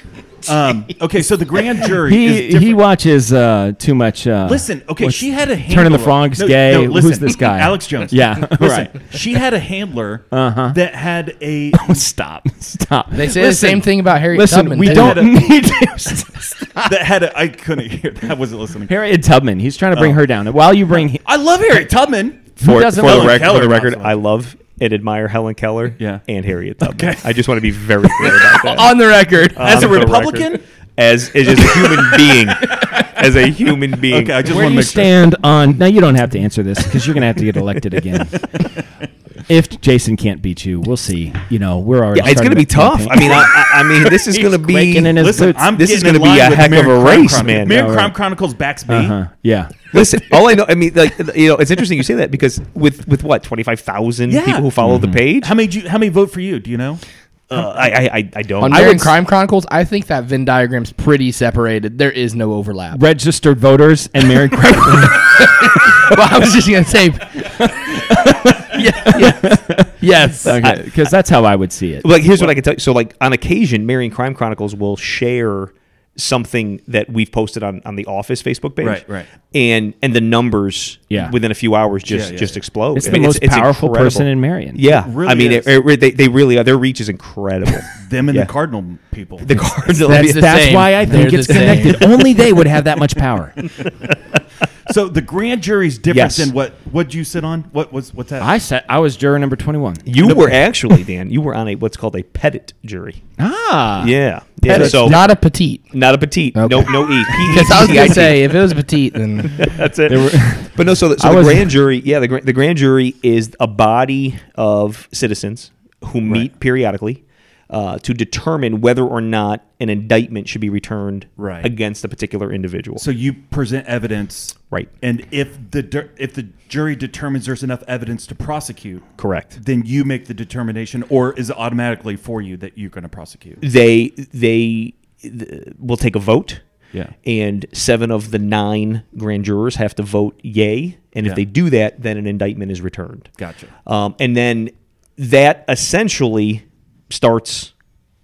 Um, okay, so the grand jury is
he
different.
he watches uh, too much. Uh,
Listen, okay,
what's-
she had a handler.
Turning the Frogs gay. Who's
listen,
this guy?
Alex Jones.
Yeah,
Listen,
right. Uh-huh. Oh,
She had a handler that had a
Stop. Stop.
They say the
Listen,
same thing about Harriet
Listen,
Tubman.
we don't
didn't they?
need to.
that had a I couldn't hear that. I wasn't listening.
Harriet Tubman.
Oh.
He's trying to bring her down. While you bring.
I love Harry Tubman.
For,
doesn't
for, the,
like
rec-
Keller
for the record,
Maxwell?
I love and admire Helen Keller
Yeah.
and Harriet Tubman. I just want to be very clear about that.
on the record.
On Um, the record. as as just a human being, as a human being.
Okay, I just
Where do
want to
you
make sure.
stand on? Now you don't have to answer this because you're going to have to get elected again. if Jason can't beat you, we'll see. You know, we're already.
yeah, it's
going to
be tough. I mean, I, I- I mean, this is
He's
going to be.
quaking in his
Listen,
boots.
I'm
This is
getting in
gonna be
line
a
with
heck of
Mere
a
Crime
race,
Chronicles.
man.
Mere
All
right.
Crime Chronicles backs me.
uh-huh. Yeah.
Listen, all I know, I mean, like you know, it's interesting you say that because with with what twenty five thousand
Yeah.
people who follow the page,
How many? do you- How many vote for you? Do you know?
uh, I, I I I
On
don't. I
American
would-
Crime Chronicles, I think that Venn diagram's pretty separated. There is no overlap.
Registered voters and married. crime-
well, I was just gonna say, yes, yes.
okay, because that's how I would see it.
Like here's what I can tell you. So like on occasion, Marion Crime Chronicles will share something that we've posted on on the Office Facebook page,
Right, right.
and and the numbers
Yeah.
within a few hours just
Yeah, yeah,
just
yeah.
explode.
It's
I
the
mean,
most powerful
incredible.
person in Marion.
Yeah,
It really
I mean,
is.
it, it- they they really are. Their reach is incredible.
Them and
Yeah.
the Cardinal people.
the Cardinal.
That's,
the
that's
same.
why I think
They're
it's
the same.
connected. Only they would have that much power.
so the grand jury's different
Yes.
than what? What you sit on? What was? What's that?
I said I was juror number twenty-one.
you were actually Dan. You were on a what's called a petit jury.
Ah,
Yeah, yeah.
Petite,
So
not a petite.
Not a petite.
Okay.
No, no E.
Because I was gonna
P-E-T-I-T.
say, if it was petite, then
that's it. but no, so the, so
I
the
was-
grand jury, yeah, the, gra- the grand jury is a body of citizens who meet periodically uh, to determine whether or not an indictment should be returned
Right.
against a particular individual.
So you present evidence,
Right.
And if the der- if the jury determines there's enough evidence to prosecute,
Correct.
then you make the determination, or is it automatically for you that you're going to prosecute?
they they th- will take a vote.
Yeah.
And seven of the nine grand jurors have to vote yay, and
Yeah.
if they do that, then an indictment is returned.
Gotcha.
Um, and then that essentially starts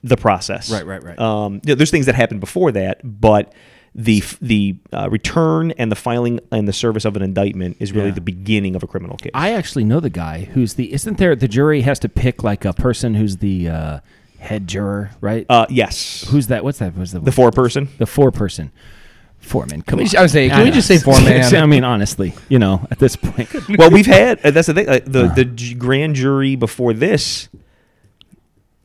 the process.
Right, right, right.
Um, you know, there's things that happen before that, but the f- the uh, return and the filing and the service of an indictment is really
Yeah.
the beginning of a criminal case.
I actually know the guy who's the isn't there the jury has to pick like a person who's the uh, head juror, right?
uh, yes.
who's that? What's that? Was the
the four person?
the four person foreman? Come
we
on,
just- I was saying, can we
know.
just say foreman?
I mean, honestly, you know, at this point,
well, we've had uh, that's the thing. Like the the
Uh.
j- grand jury before this,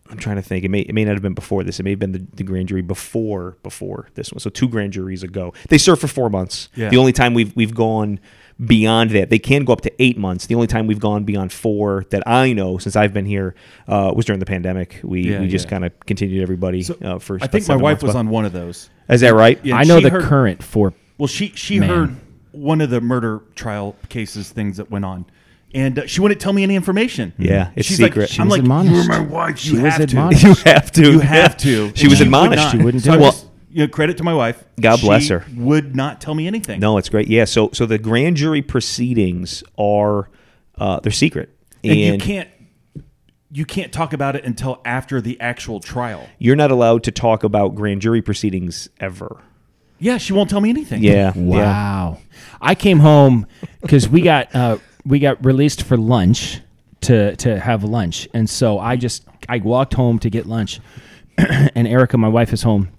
I'm trying to think. It may it may not have been before this. It may have been the, the grand jury before before this one. So two grand juries ago, they served for four months.
Yeah.
The only time we've we've gone beyond that, they can go up to eight months. The only time we've gone beyond four that I know since I've been here uh, was during the pandemic. We
Yeah,
we just
yeah.
kind of continued everybody
So,
uh, for.
I
about
think my
seven
wife
months,
was
but-
on one of those.
Is that right?
Yeah.
I know
she
the
heard-
current four.
Well, she she
Man.
heard one of the murder trial cases things that went on, and uh, she wouldn't tell me any information.
Yeah, it's
she's
secret.
Like,
She
I'm
was
like,
admonished.
you're my wife.
She
You
was
have
admonished.
to.
You have to.
You have to.
She was
And would
admonished.
not.
She wouldn't
So
do
I
it.
just- you know, credit to my wife.
God bless
She
her.
Would not tell me anything.
No, it's great. Yeah. So so the grand jury proceedings are uh, they're secret, and,
and you can't you can't talk about it until after the actual trial.
you're not allowed to talk about grand jury proceedings ever.
Yeah, she won't tell me anything.
Yeah. Yeah.
Wow. I came home because we got uh, we got released for lunch to to have lunch, and so I just I walked home to get lunch, and Erica, my wife, is home,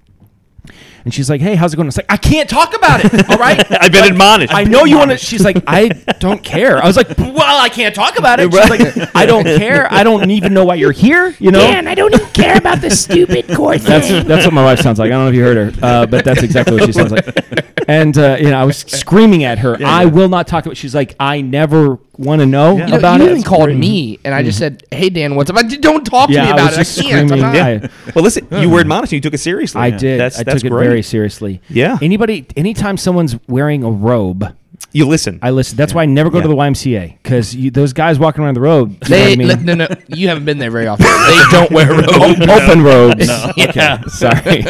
and she's like, "Hey, how's it going?" I was like, "I can't talk about it. All right."
I've been admonished.
I know you want to. She's like, I don't care. I was like, well, I can't talk about it. She's like, I don't care. I don't even know why you're here. You know,
Dan, I don't even care about this stupid court thing.
that's that's what my wife sounds like. I don't know if you heard her, uh, but that's exactly what she sounds like. And uh, you know, I was screaming at her. I will not talk about. She's like, I never want to know
you, know,
about
you
it.
even called me, Mm-hmm. and I just said, "Hey, Dan, what's up?" I, don't talk to
yeah,
me
I
about
was
it.
just
I can't. I'm
screaming.
not-
I,
Well, listen, you were admonished. and You took it seriously.
I did.
That's
I
that's
took it
great.
very seriously.
Yeah.
Anybody, anytime someone's wearing a robe.
you listen.
I listen. That's why I never go to
Yeah.
the YMCA because those guys walking around the road. you know what
They,
I mean?
no, no, you haven't been there very often. They don't wear robes.
open robes. Okay, sorry.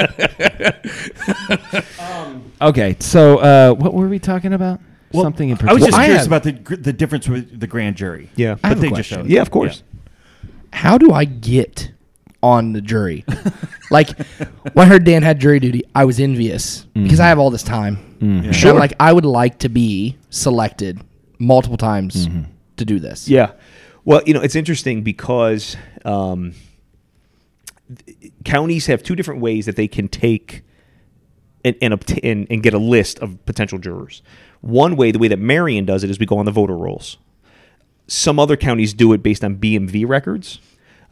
okay, so uh, what were we talking about?
Well,
Something in
I was
particular.
just
I
curious
have-
about the gr- the difference with the grand jury.
Yeah. I
but
have
a
they just
question.
showed.
yeah, of course.
how do I get on the jury? like when I heard Dan had jury duty, I was envious because I have all this time. And
Sure.
I'm like I would like to be selected multiple times to do this.
Yeah. Well, you know, it's interesting because um, th- counties have two different ways that they can take and and, obtain, and and get a list of potential jurors. One way, the way that Marion does it, is we go on the voter rolls. Some other counties do it based on BMV records.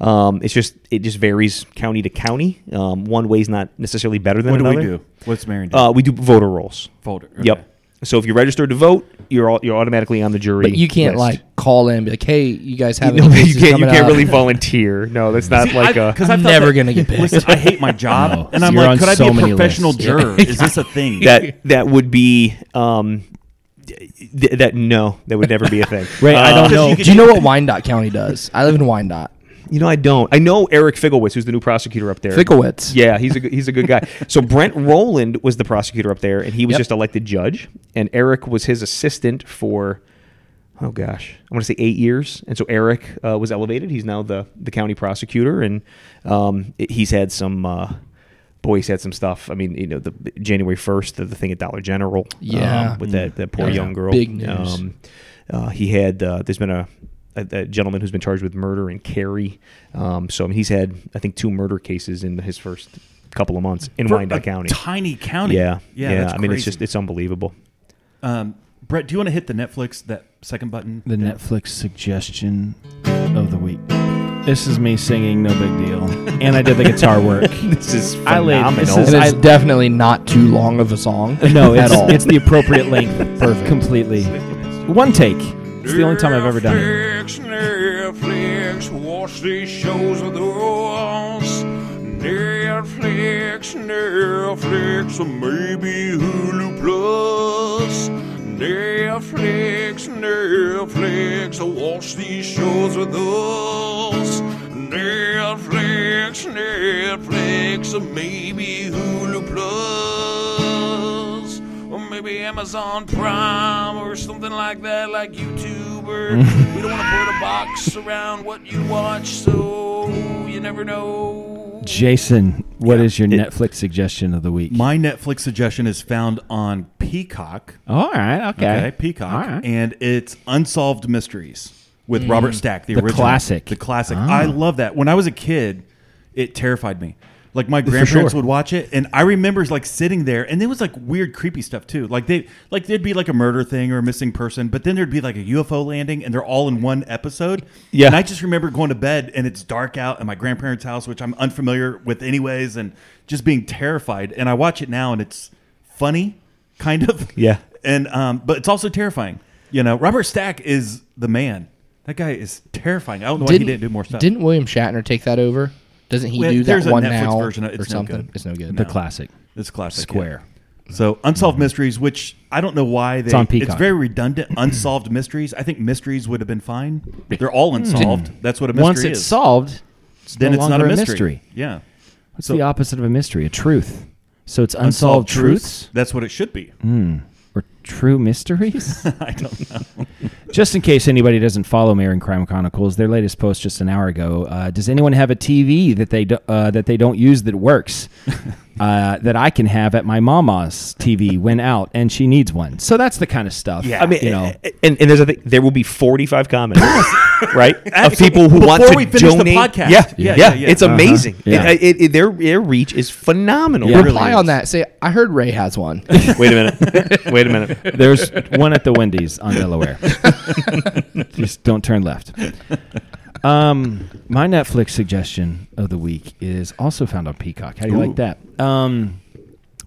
Um, it's just it just varies county to county. Um, one way's not necessarily better than
What do we
another.
do? What's Marion do?
Uh, we do voter rolls.
Voter, okay.
Yep. So if you're registered to vote, you're all, you're automatically on the jury.
But you can't
list.
like call in and be like, hey, you guys have
No,
any
you
cases
can't. You
coming
can't
up?
really volunteer. No, that's not
See,
like uh,
I-
a.
'cause
I'm
I felt
never
that-
gonna get picked.
Listen, I hate my job,
No.
and I'm
You're on
like, could
so
I be a
many
professional
lists.
juror? Is this a thing?
that that would be um th- that no that would never be a thing
Right, I don't know.
Do uh, you know what Wyandotte County does? I live in Wyandotte.
you know i don't i know eric Figlewitz, who's the new prosecutor up there
Fickowitz.
yeah he's a good- he's a good guy so brent roland was the prosecutor up there and he was
Yep.
just elected judge and eric was his assistant for oh gosh i want to say eight years and so eric uh, was elevated he's now the the county prosecutor and um it- he's had some uh Boy, he's had some stuff. I mean, you know, the January first, the, the thing at Dollar General, um,
Yeah.
with that that poor
Yeah.
young girl.
Big news.
uh, he had. Uh, there's been a, a, a gentleman who's been charged with murder in Cary. Um, so I mean, he's had I think two murder cases in his first couple of months in
For a
Wyandotte County.
tiny county.
yeah, yeah.
yeah. that's
I mean, it's
crazy.
just it's unbelievable.
Um, Brett, do you want to hit the Netflix that second button?
The Netflix suggestion of the week. This is me singing No Big Deal. And I did the guitar work.
This is
I laid-
phenomenal.
this
And it's
I-
definitely not too long of a song.
No,
at
it's,
all.
it's the appropriate length. Perfect. Completely. One take. It's the only time I've ever done it.
Netflix, Netflix, watch these shows of those. Netflix, Netflix, or maybe Hulu Plus. Netflix, Netflix, watch these shows with us. Netflix, Netflix, or maybe Hulu Plus. Or maybe Amazon Prime or something like that, like YouTube. Or we don't want to put a box around what you watch, so you never know.
Jason, what is your Netflix suggestion of the week?
My Netflix suggestion is found on Peacock.
All right. Okay.
Okay, Peacock,
All right. Hmm.
and it's Unsolved Mysteries with Robert Stack, the,
The
original
classic. Ah.
the classic. I love that. When I was a kid, it terrified me. Like my grandparents would watch it, and I remember like sitting there, and it was like weird, creepy stuff too. Like they, like there'd be like a murder thing or a missing person, but then there'd be like a UFO landing, and they're all in one episode.
Yeah.
and I just remember going to bed, and it's dark out in my grandparents' house, which I'm unfamiliar with anyways, and just being terrified. And I watch it now, and it's funny, kind of.
Yeah.
And um, but it's also terrifying. You know, Robert Stack is the man. That guy is terrifying. I don't know why he didn't do more stuff.
Didn't William Shatner take that over? Doesn't he
Well,
do that
there's a
one
Netflix
now
version of-
or
it's no
something?
good.
It's no good.
The classic.
it's classic
Square.
yeah. So unsolved mysteries, which I don't know why they.
It's on Peacock.
very redundant. unsolved mysteries. I think mysteries would have been fine. They're all unsolved. That's what a mystery
Hmm. Once
is.
it's solved, it's
then
no
it's
longer
not a
a
mystery.
mystery.
Yeah.
What's
So-
the opposite of a mystery? A truth. So it's unsolved, truths Hmm.
That's what it should be.
or true mysteries?
I don't know.
just in case anybody doesn't follow Marin Crime Chronicles, their latest post just an hour ago. Uh, does anyone have a TV that they do, uh, that they don't use that works? Uh, that I can have at my mama's TV when out and she needs one. So that's the kind of stuff.
I mean,
you know,
and, and there's a thing, there will be 45 comments, right, of people who want
Before
to
we finish the
donate.
podcast.
Yeah, yeah,
Yeah, yeah, yeah.
it's
Uh-huh.
amazing.
Yeah.
It, it, it- their their reach is phenomenal.
Yeah.
Reply on that. Say, I heard Ray has one.
Wait a minute. Wait a minute.
There's one at the Wendy's on Delaware. Just don't turn left. Um, my Netflix suggestion of the week is also found on Peacock. How do you like that? Um,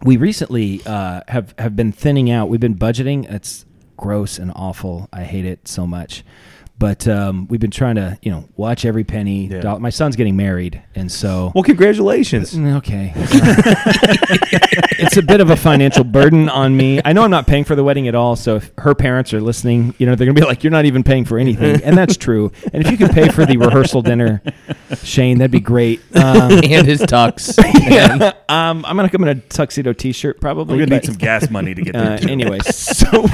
we recently uh, have have been thinning out. We've been budgeting. It's gross and awful. I hate it so much. But um, we've been trying to, you know, watch every penny. doll- My son's getting married, and so
Well, congratulations.
Mm, Okay. it's a bit of a financial burden on me. I know I'm not paying for the wedding at all, so if her parents are listening, you know, they're going to be like, you're not even paying for anything. And that's true. And if you could pay for the rehearsal dinner, Shane, that'd be great. Um,
and his tux.
um, I'm going to come in a tuxedo t shirt probably.
We're gonna
but,
need some gas money to get there.
Uh,
too.
anyway, so,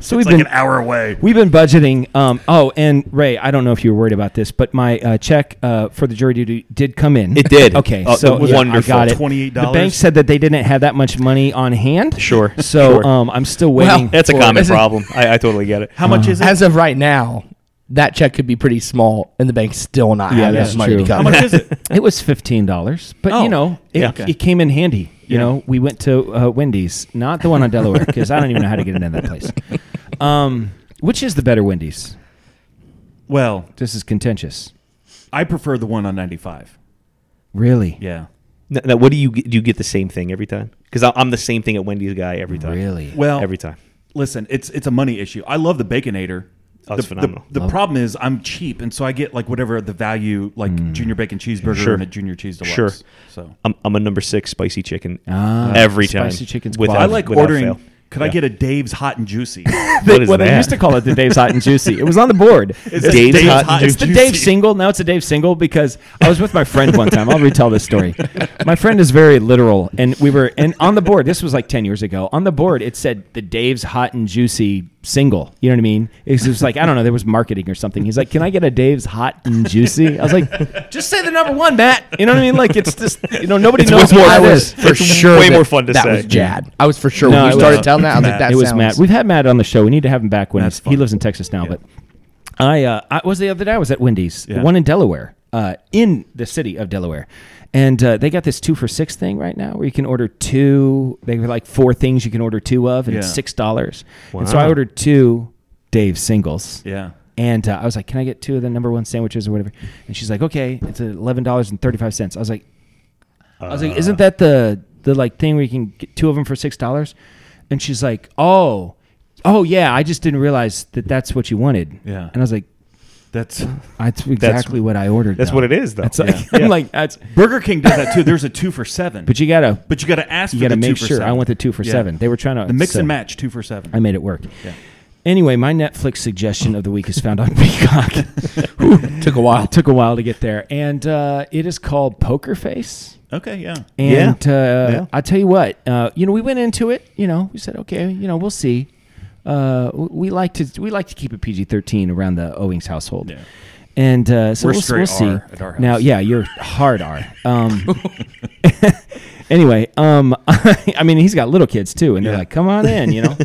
so we've
it's like
been.
an hour away.
We've been budgeting. Um, oh, and Ray, I don't know if you were worried about this, but my uh, check uh, for the jury duty did come in.
It did.
Okay,
Oh,
so
was
yeah,
wonderful.
I got it.
$28?
The bank said that they didn't have that much money on hand.
Sure,
So
sure.
um, I'm still
Well,
waiting.
That's a
Well,
common
isn't-
problem. I, I totally get it.
How much is it?
As of right now, that check could be pretty small, and the bank's still not
Yeah,
having
that's
that money
true.
to
How
cover.
much is it?
it was fifteen dollars, but
Oh,
you know, it,
yeah, okay.
it came in handy. You know, we went to uh, Wendy's, not the one on Delaware, because I don't even know how to get into that place. Um, which is the better Wendy's?
Well,
This is contentious.
I prefer the one on 95.
Really?
Yeah.
Now, now, what do you get? Do you get the same thing every time? Because I'm the same thing at Wendy's guy every time.
Really?
Well,
every time.
Listen, it's it's a money issue. I love the Baconator.
Oh, it's
the, the-
phenomenal.
The, problem is I'm cheap, and so I get like whatever the value, like
Hmm.
junior bacon cheeseburger
Sure.
and a junior cheese deluxe.
Sure.
So
I'm, I'm a number six spicy chicken every time.
spicy chicken's
Without-
quality.
I like
without
ordering.
fail.
Could I
Yeah.
get a Dave's Hot and Juicy? That's
What is
well, they
that?
used to call it the Dave's Hot and Juicy. It was on the board. It's
Dave's Hot and
It's the
Juicy.
Dave single. Now it's a Dave single because I was with my friend one time. I'll retell this story. My friend is very literal, and we were and on the board. This was like ten years ago. On the board, it said the Dave's Hot and Juicy single. You know what I mean? It was, just like I don't know. There was marketing or something. He's like, "Can I get a Dave's Hot and Juicy?" I was like, "Just say the number one, Matt." You know what I mean? Like it's just you know nobody knows
way
what
more
I
it
was
is.
for
It's
sure
way
that-
more fun to
that
say.
was Jad. I was for sure
No,
when
it
you started
was-
telling that. I was like,
Matt.
that
it was
sounds-
Matt. We've had Matt on the show. We need to have him back when
That's
he's, he
fun.
lives in Texas now. But I uh, I was the other day. I was at Wendy's, the
Yeah.
one in Delaware, uh, in the city of Delaware, and uh, they got this two for six thing right now where you can order two. They have like four things you can order two of, and it's
Yeah.
six dollars. And so I
Wow.
ordered two Dave singles.
Yeah.
And uh, I was like, "Can I get two of the number one sandwiches or whatever?" And she's like, "Okay, it's eleven dollars and thirty five cents." I was like, I was like,
Uh.
"Isn't that the the like thing where you can get two of them for six dollars?" And she's like, "Oh, oh yeah, I just didn't realize that that's what you wanted."
Yeah.
And I was like,
that's
"That's exactly what I ordered."
That's
though."
what it is, though.
That's like, I'm like, that's.
Burger King does that too. There's a two for seven,
But you gotta,
but you got to ask.
you
for
gotta
the
make
two for
sure.
seven.
I want the two for
Yeah.
seven. They were trying to
the mix
so-
and match two for seven.
I made it work.
Yeah.
Anyway, my Netflix suggestion of the week is found on Peacock. Whew, took a while. Took a while to get there, and uh, it is called Poker Face.
okay, yeah.
And
Yeah.
Uh,
Yeah.
I tell you what, uh, you know, we went into it. You know, we said, okay, you know, we'll see. Uh, we- we like to we like to keep it PG thirteen around the Owings household.
Yeah.
And uh, so
We're
we'll,
straight
we'll see.
R at our
Now,
house.
yeah, you're hard R. Um, anyway, um, I mean, he's got little kids too, and they're
Yeah.
like, "Come on in," you know.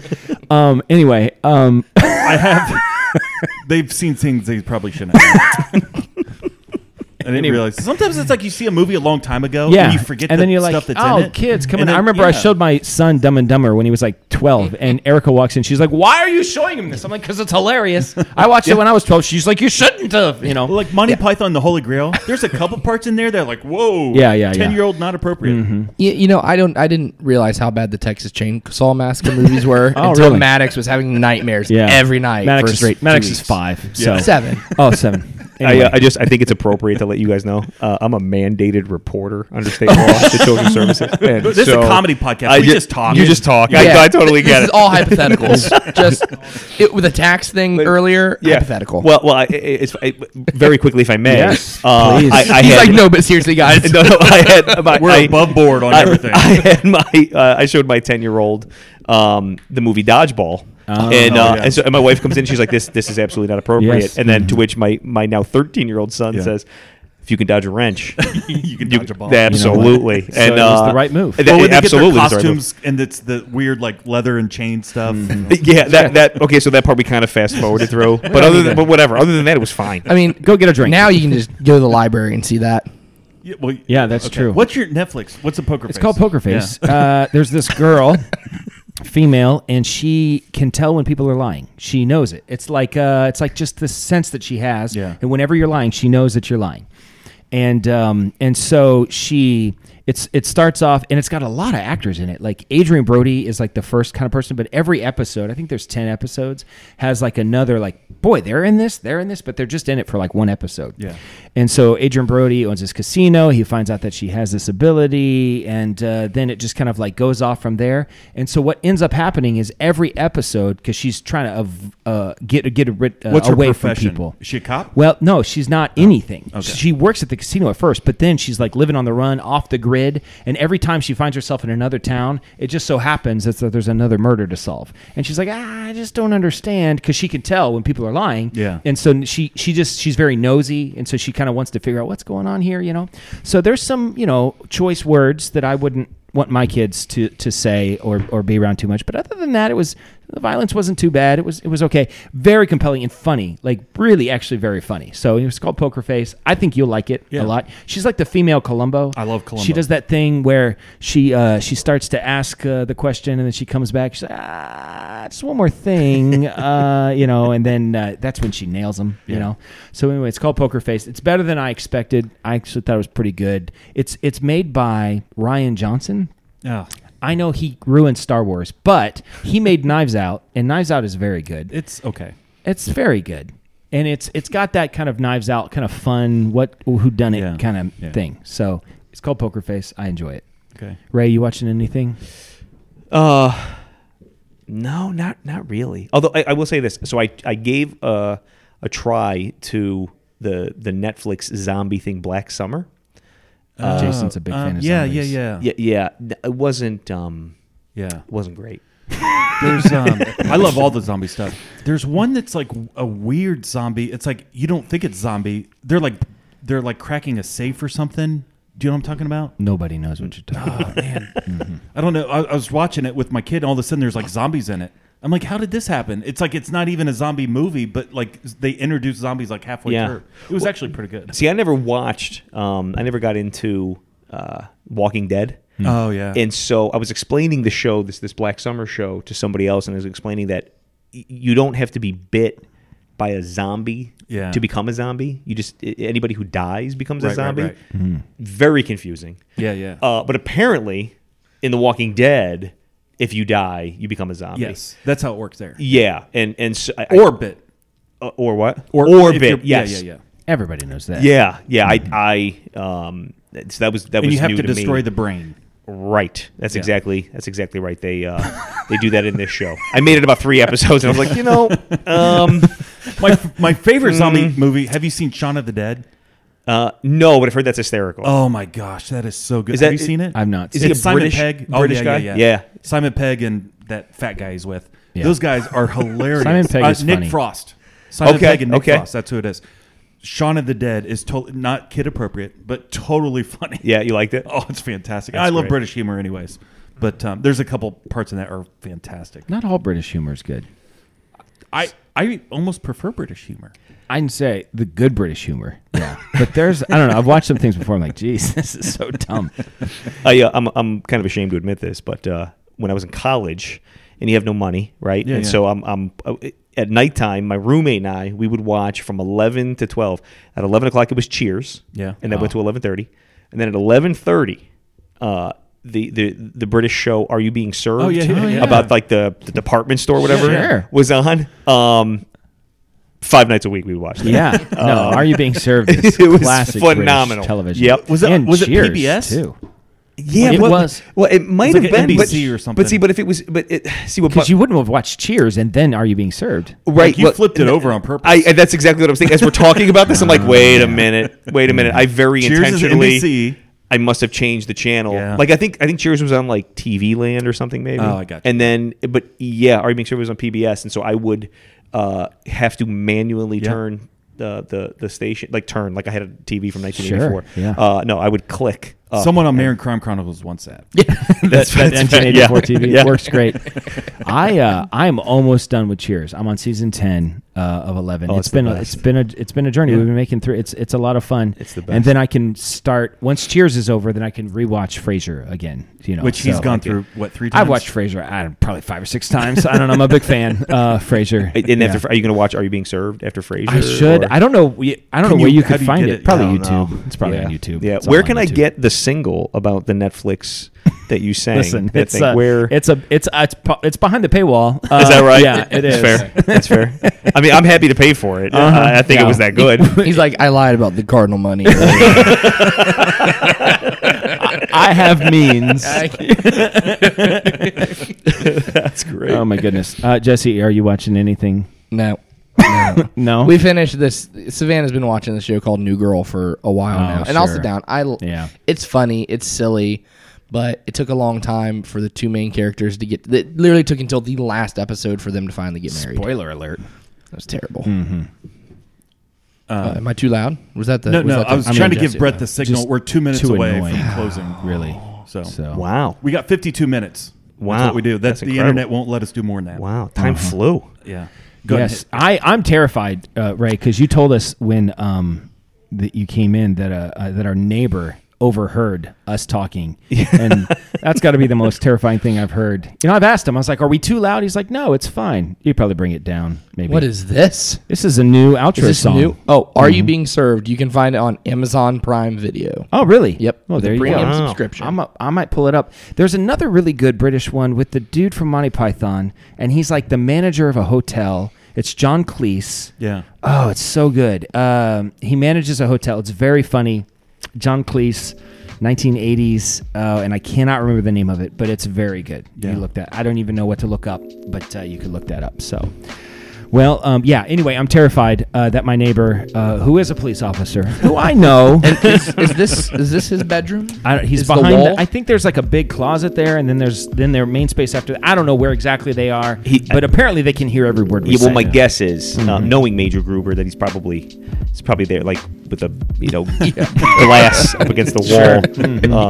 um, anyway, um,
I have. they've seen things they probably shouldn't. have. I didn't
Anyway.
realize. Sometimes it's like you see a movie a long time ago,
yeah,
and you forget,
and
the
then you're like,
stuff that's
"Oh,
in it.
kids, come
And
on!" I
then-
remember I
yeah.
showed my son Dumb and Dumber when he was like 12, and Erica walks in, she's like, "Why are you showing him this?" I'm like, "Cause it's hilarious." I watched it when I was 12. She's like, "You shouldn't have," you know.
Well, like Monty Python and the Holy Grail. There's a couple parts in there that are like, whoa,
Yeah, yeah, Mm-hmm. yeah.
ten year old not appropriate.
You, you know, I don't. I didn't realize how bad the Texas Chainsaw Massacre movies were
Oh,
until
really?
Maddox was having nightmares every night.
Maddox
for
is,
straight
Maddox
two
is
weeks.
five, so
Seven.
Oh, seven.
I,
Anyway.
uh, I just I think it's appropriate to let you guys know uh, I'm a mandated reporter under state law to Children's Services. And
This is a
so
comedy podcast. We
ju-
just talk.
You just talk.
Yeah.
I, I totally get
this is
it.
all hypotheticals. Just it, with the tax thing earlier, hypothetical.
Well, well, I, I- it's I, very quickly, if I may.
Yes,
uh,
please.
I, I
He's
had,
like, no, but seriously, guys,
no, no, I had. My,
We're
I,
above board on
I,
everything.
I had my. Uh, I showed my ten year old um, the movie Dodgeball. and
Oh,
uh,
yeah. Mm-hmm.
and so and my wife comes in. She's like, "This this is absolutely not appropriate."
Yes.
And then to which my my now thirteen year old son says, "If you can dodge a wrench,
you can dodge a ball.
Absolutely,
So it was the right move.
that-
Well, when they
absolutely,
get
was
their
the right move.
costumes and it's the weird like leather and chain stuff.
Yeah, that that okay. So that part we kind of fast forwarded through, but other than but whatever. Other than that, it was fine.
I mean,
Go get a drink.
Now you can just go to the library and see that.
Yeah, well,
Yeah, that's true.
What's your Netflix? What's a poker?
It's called Poker Face. Uh, there's this girl, female, and she can tell when people are lying. She knows it. It's like uh, it's like just this sense that she has.
Yeah.
And whenever you're lying, she knows that you're lying. And um, and so she it's it starts off and it's got a lot of actors in it. Like Adrian Brody is like the first kind of person, but every episode, I think there's ten episodes, has like another like boy, they're in this, they're in this, but they're just in it for like one episode.
Yeah.
And so Adrian Brody owns this casino. He finds out that she has this ability, and uh, then it just kind of like goes off from there. And so what ends up happening is every episode, because she's trying to av- uh, get get rid, uh,
What's her
away
profession?
from people.
Is she a cop? Oh.
Well, no, she's not anything.
okay.
She works at the casino at first, but then she's like living on the run, off the grid. And every time she finds herself in another town, it just so happens it's that there's another murder to solve. And she's like, ah, I just don't understand because she can tell when people are lying.
Yeah.
And so she she just she's very nosy, and so she kind of wants to figure out what's going on here. You know. So there's some you know choice words that I wouldn't want my kids to to say or or be around too much. But other than that, it was The violence wasn't too bad. It was it was okay. Very compelling and funny. Like really, actually very funny. So it was called Poker Face. I think you'll like it
Yeah.
a lot. She's like the female Columbo.
I love Columbo.
She does that thing where she uh, she starts to ask uh, the question and then she comes back. She's like, ah, just one more thing, uh, you know. And then uh, that's when she nails him, you know. So anyway, it's called Poker Face. It's better than I expected. I actually thought it was pretty good. It's it's made by Ryan Johnson.
Yeah.
I know he ruined Star Wars, but he made Knives Out, and Knives Out is very good.
It's okay.
It's very good, and it's it's got that kind of Knives Out kind of fun, what who done it
Yeah.
kind of
Yeah.
thing. So it's called Poker Face. I enjoy it.
Okay.
Ray, you watching anything?
Uh, no, not not really. Although I, I will say this, so I I gave uh, a try to the the Netflix zombie thing, Black Summer.
Uh, Jason's a big fan of
uh, yeah, yeah,
zombies.
yeah,
Yeah, yeah, it wasn't um
yeah.
wasn't great.
There's um, I love all the zombie stuff. There's one that's like a weird zombie. It's like you don't think it's zombie. They're like they're like cracking a safe or something. Do you know what I'm talking about?
Nobody knows what you're
Oh,
talking about.
I don't know. I, I was watching it with my kid, and all of a sudden there's like zombies in it. I'm like, how did this happen? It's like it's not even a zombie movie, but like they introduced zombies like halfway
Yeah.
through. It was actually pretty good.
See, I never watched. Um, I never got into uh, Walking Dead.
Oh yeah.
And so I was explaining the show, this this Black Summer show, to somebody else, and I was explaining that y- you don't have to be bit by a zombie
Yeah.
to become a zombie. You just i- anybody who dies becomes a
Right, right,
zombie.
right.
Very confusing.
yeah, yeah.
Uh, but apparently, in The Walking Dead, if you die, you become a zombie.
yes, that's how it works there.
Yeah, and and so I, I-
Orbit.
uh, or what
Or- if you're-
orbit.
yeah,
Yes.
yeah, yeah.
Everybody knows that.
Yeah, yeah. I, I, um, so that was that
And
was
you have
new
to destroy
me.
the brain.
Right. That's exactly. That's exactly right. They uh, they do that in this show. I made it about three episodes, and I was like, you know, um,
My my favorite
Mm.
zombie movie. Have you seen Shaun of the Dead?
uh, no, but I've heard that's hysterical.
Oh my gosh, that is so good.
Is that-
have you seen it?
I've not
Is
seen it.
he a
It's Simon
British
Pegg, Oh,
British
yeah,
guy?
Yeah, yeah.
Yeah.
Simon Pegg and that fat guy he's with.
Yeah.
Those guys are hilarious.
Simon Pegg
Uh,
is
Nick
funny.
Frost. Simon
Okay,
Pegg and Nick
okay.
Frost. That's who it is. Shaun of the Dead is totally not kid appropriate, but totally funny.
Yeah, you liked it?
Oh, it's fantastic.
That's
I love
great.
British humor, anyways. But um, there's a couple parts in that are fantastic.
Not all British humor is good.
I I almost prefer British humor.
I can say the good British humor. Yeah. But there's, I don't know. I've watched some things before. I'm like, geez, this is so dumb.
I, uh, I'm I'm kind of ashamed to admit this, but uh, when I was in college, and you have no money, right?
Yeah,
and
yeah.
so I'm I'm uh, at nighttime. My roommate and I we would watch from 11 to 12. At 11 o'clock, it was Cheers.
Yeah. Oh.
and that went to 11:30, and then at 11:30. Uh, the, the the British show Are You Being Served
Oh, yeah, yeah, yeah.
about like the, the department store or whatever
Sure.
was on um five nights a week we watched that.
Yeah. No, are you being served? Is
Uh, It was
classic
phenomenal.
British television.
Yep. Was
it-
And
was it
Cheers,
PBS?
too?
Yeah,
It
well,
was.
Well, it might
It was
have
like
been
NBC
but,
or something.
But see, but if it was, but it, see what
Because
but-
you wouldn't have watched Cheers and then Are You Being Served?
right?
Like, you flipped it over on purpose.
I, I- that's exactly what I'm thinking. As we're talking about this, I'm like, wait a minute, wait a minute. I very
Cheers is
intentionally,
NBC.
I must have changed the channel.
Yeah.
Like I think I think Cheers was on like TV Land or something maybe.
Oh, I got you.
And then, but yeah, Are You Being Served was on PBS, and so I would uh, have to manually
Yeah.
turn. The, the the station like turn like I had a TV from 1984.
Sure, yeah.
Uh, no, I would click. uh, up.
Someone on Marin Crime Chronicles wants that.
That's that
that's right, yeah.
1984 TV.
Yeah.
It works great. I uh, I am almost done with Cheers. I'm on season 10 uh, of 11.
Oh, it's
it's
the
been a,
best.
it's been a it's been a journey. We've been making through. It's it's a lot of fun.
It's the
And
best.
then I can start once Cheers is over. Then I can rewatch Frasier again. You know,
Which he's
so-
gone through what three times?
I've watched Frasier I don't, probably five or six times. I don't know. I'm a big fan. Uh, Frasier.
And
Yeah.
after, are you going to watch Are You Being Served after Frasier?
I should.
or-
I don't know. we- I don't
Can
know where
you-
you
how
could
do you
find
get
it.
it?
Probably
I don't
YouTube. It's probably
Yeah.
on YouTube.
Yeah.
It's all
where
on
can I
YouTube.
get the single about the Netflix that you sang?
Listen,
that
it's
thing?
a,
where
it's a it's uh, it's po- it's behind the paywall. Uh,
is that right?
Yeah, it
That's
is. Uh-huh.
fair. That's fair. I mean, I'm happy to pay for it. Uh, I think it was that good.
He's like, I lied about the cardinal money.
I have means.
That's great.
oh my goodness, uh, Jesse, are you watching anything?
no.
No.
We finished this. Savannah's been watching this show called New Girl for a while
Oh,
now, and I'll
sure.
sit down. I
Yeah.
yeah. It's funny. It's silly, but it took a long time for the two main characters to get. It literally took until the last episode for them to finally get married.
Spoiler alert.
That was terrible.
Mm-hmm.
Uh, am I too loud? Was that the?
No,
was
no.
that the-
I was
I mean,
trying to
just-
give Brett the signal.
just
We're two minutes
too
away
annoying.
from closing.
Really.
So,
So
wow.
we got 52 minutes.
Wow.
That's what we do. That's,
That's
the
incredible.
internet won't let us do more than that.
Wow, time
Uh-huh.
flew.
Yeah.
yes, I I'm terrified, uh, Ray, because you told us when um that you came in that uh, uh that our neighbor overheard us talking, and that's got to be the most terrifying thing I've heard. You know, I've asked him. I was like, "Are we too loud?" He's like, "No, it's fine. You probably bring it down. Maybe."
What is this?
this? Is a new outro
Is this
song?
new? Oh, are you being served? You can find it on Amazon Prime Video.
Oh, really?
Yep.
Oh,
With
there
a
you go.
premium Wow. subscription.
I'm a, I might pull it up. There's another really good British one with the dude from Monty Python, and he's like the manager of a hotel. It's John Cleese.
Yeah.
Oh, it's so good. Um, he manages a hotel. It's very funny. John Cleese, 1980s, uh, and I cannot remember the name of it, but it's very good.
Yeah.
You look that. I don't even know what to look up, but uh, you can look that up. So. Well, um, yeah. Anyway, I'm terrified uh, that my neighbor, uh, who is a police officer, who I know,
is, is this is this his bedroom?
I don't, he's
Is the
behind.
wall?
I think there's like a big closet there, and then there's then their main space after. that. I don't know where exactly they are,
He-
but apparently they can hear every word we
Yeah, well,
say.
my guess is, uh,
Mm-hmm.
knowing Major Gruber, that he's probably he's probably there, like with a you know glass up against the wall.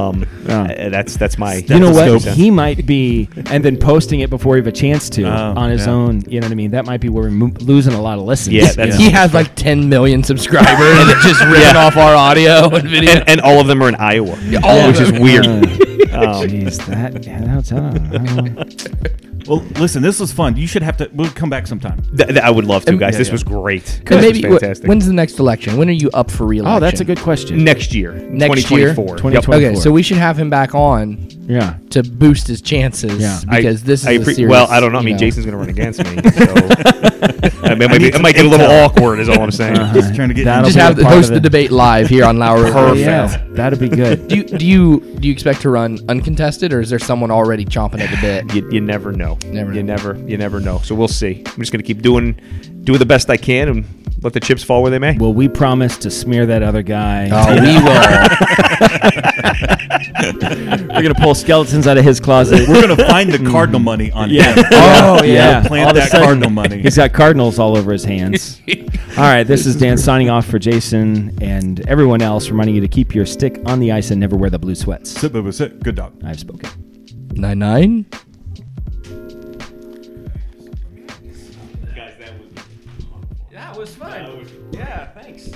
Um, uh, That's that's my.
Mm-hmm. You know what? He might be, and then posting it before you have a chance to
Oh,
on his
yeah.
own. You know what I mean? That might be where we're mo- losing a lot of listens.
Yeah, that's-
he has like 10 million subscribers and it's just ripping off our audio and video.
and, and all of them are in Iowa,
all of
which is
them.
weird. Oh,
Jeez, that yeah, that's, uh, I don't know.
Well, listen, this was fun. You should have to. We'll come back sometime.
Th- th- I would love to, guys.
yeah,
this
yeah.
was great.
And
This
maybe
was
wh-
fantastic.
when's the next election? When are you up for reelection?
Oh, that's a good question.
next year?
Next year?
2024. Yep.
2024.
Okay, so we should have him back on
yeah,
to boost his chances
Yeah.
I-
because this is
I
a
appre-
serious,
well. I don't know. I
you
mean, Jason's going to run against me. So. I mean, it might, be, it might get a little awkward. Is all I'm saying.
Uh-huh.
Just trying to get.
That'll
just
be a
have the,
part
host
of
the
it.
debate live here on Lauer.
Oh,
Perfect.
yeah, that'd be good.
Do you, do you do you expect to run uncontested or is there someone already chomping at the bit?
you, you never know.
Never
you
know.
never you never know. So we'll see. I'm just gonna keep doing doing the best I can and let the chips fall where they may.
Well, we promised to smear that other guy.
Oh, we will.
We're gonna pull skeletons out of his closet.
We're gonna find the cardinal money on
Yeah.
him.
Oh
yeah. Plant
All of a
that
sudden,
cardinal money.
He's got cardinals all over his hands. all right, this is Dan signing off for Jason and everyone else, reminding you to keep your stick on the ice and never wear the blue sweats.
Sit, Bubba, sit. Good dog.
I've spoken.
nine nine.
Guys, that was
That was fun. Yeah, thanks.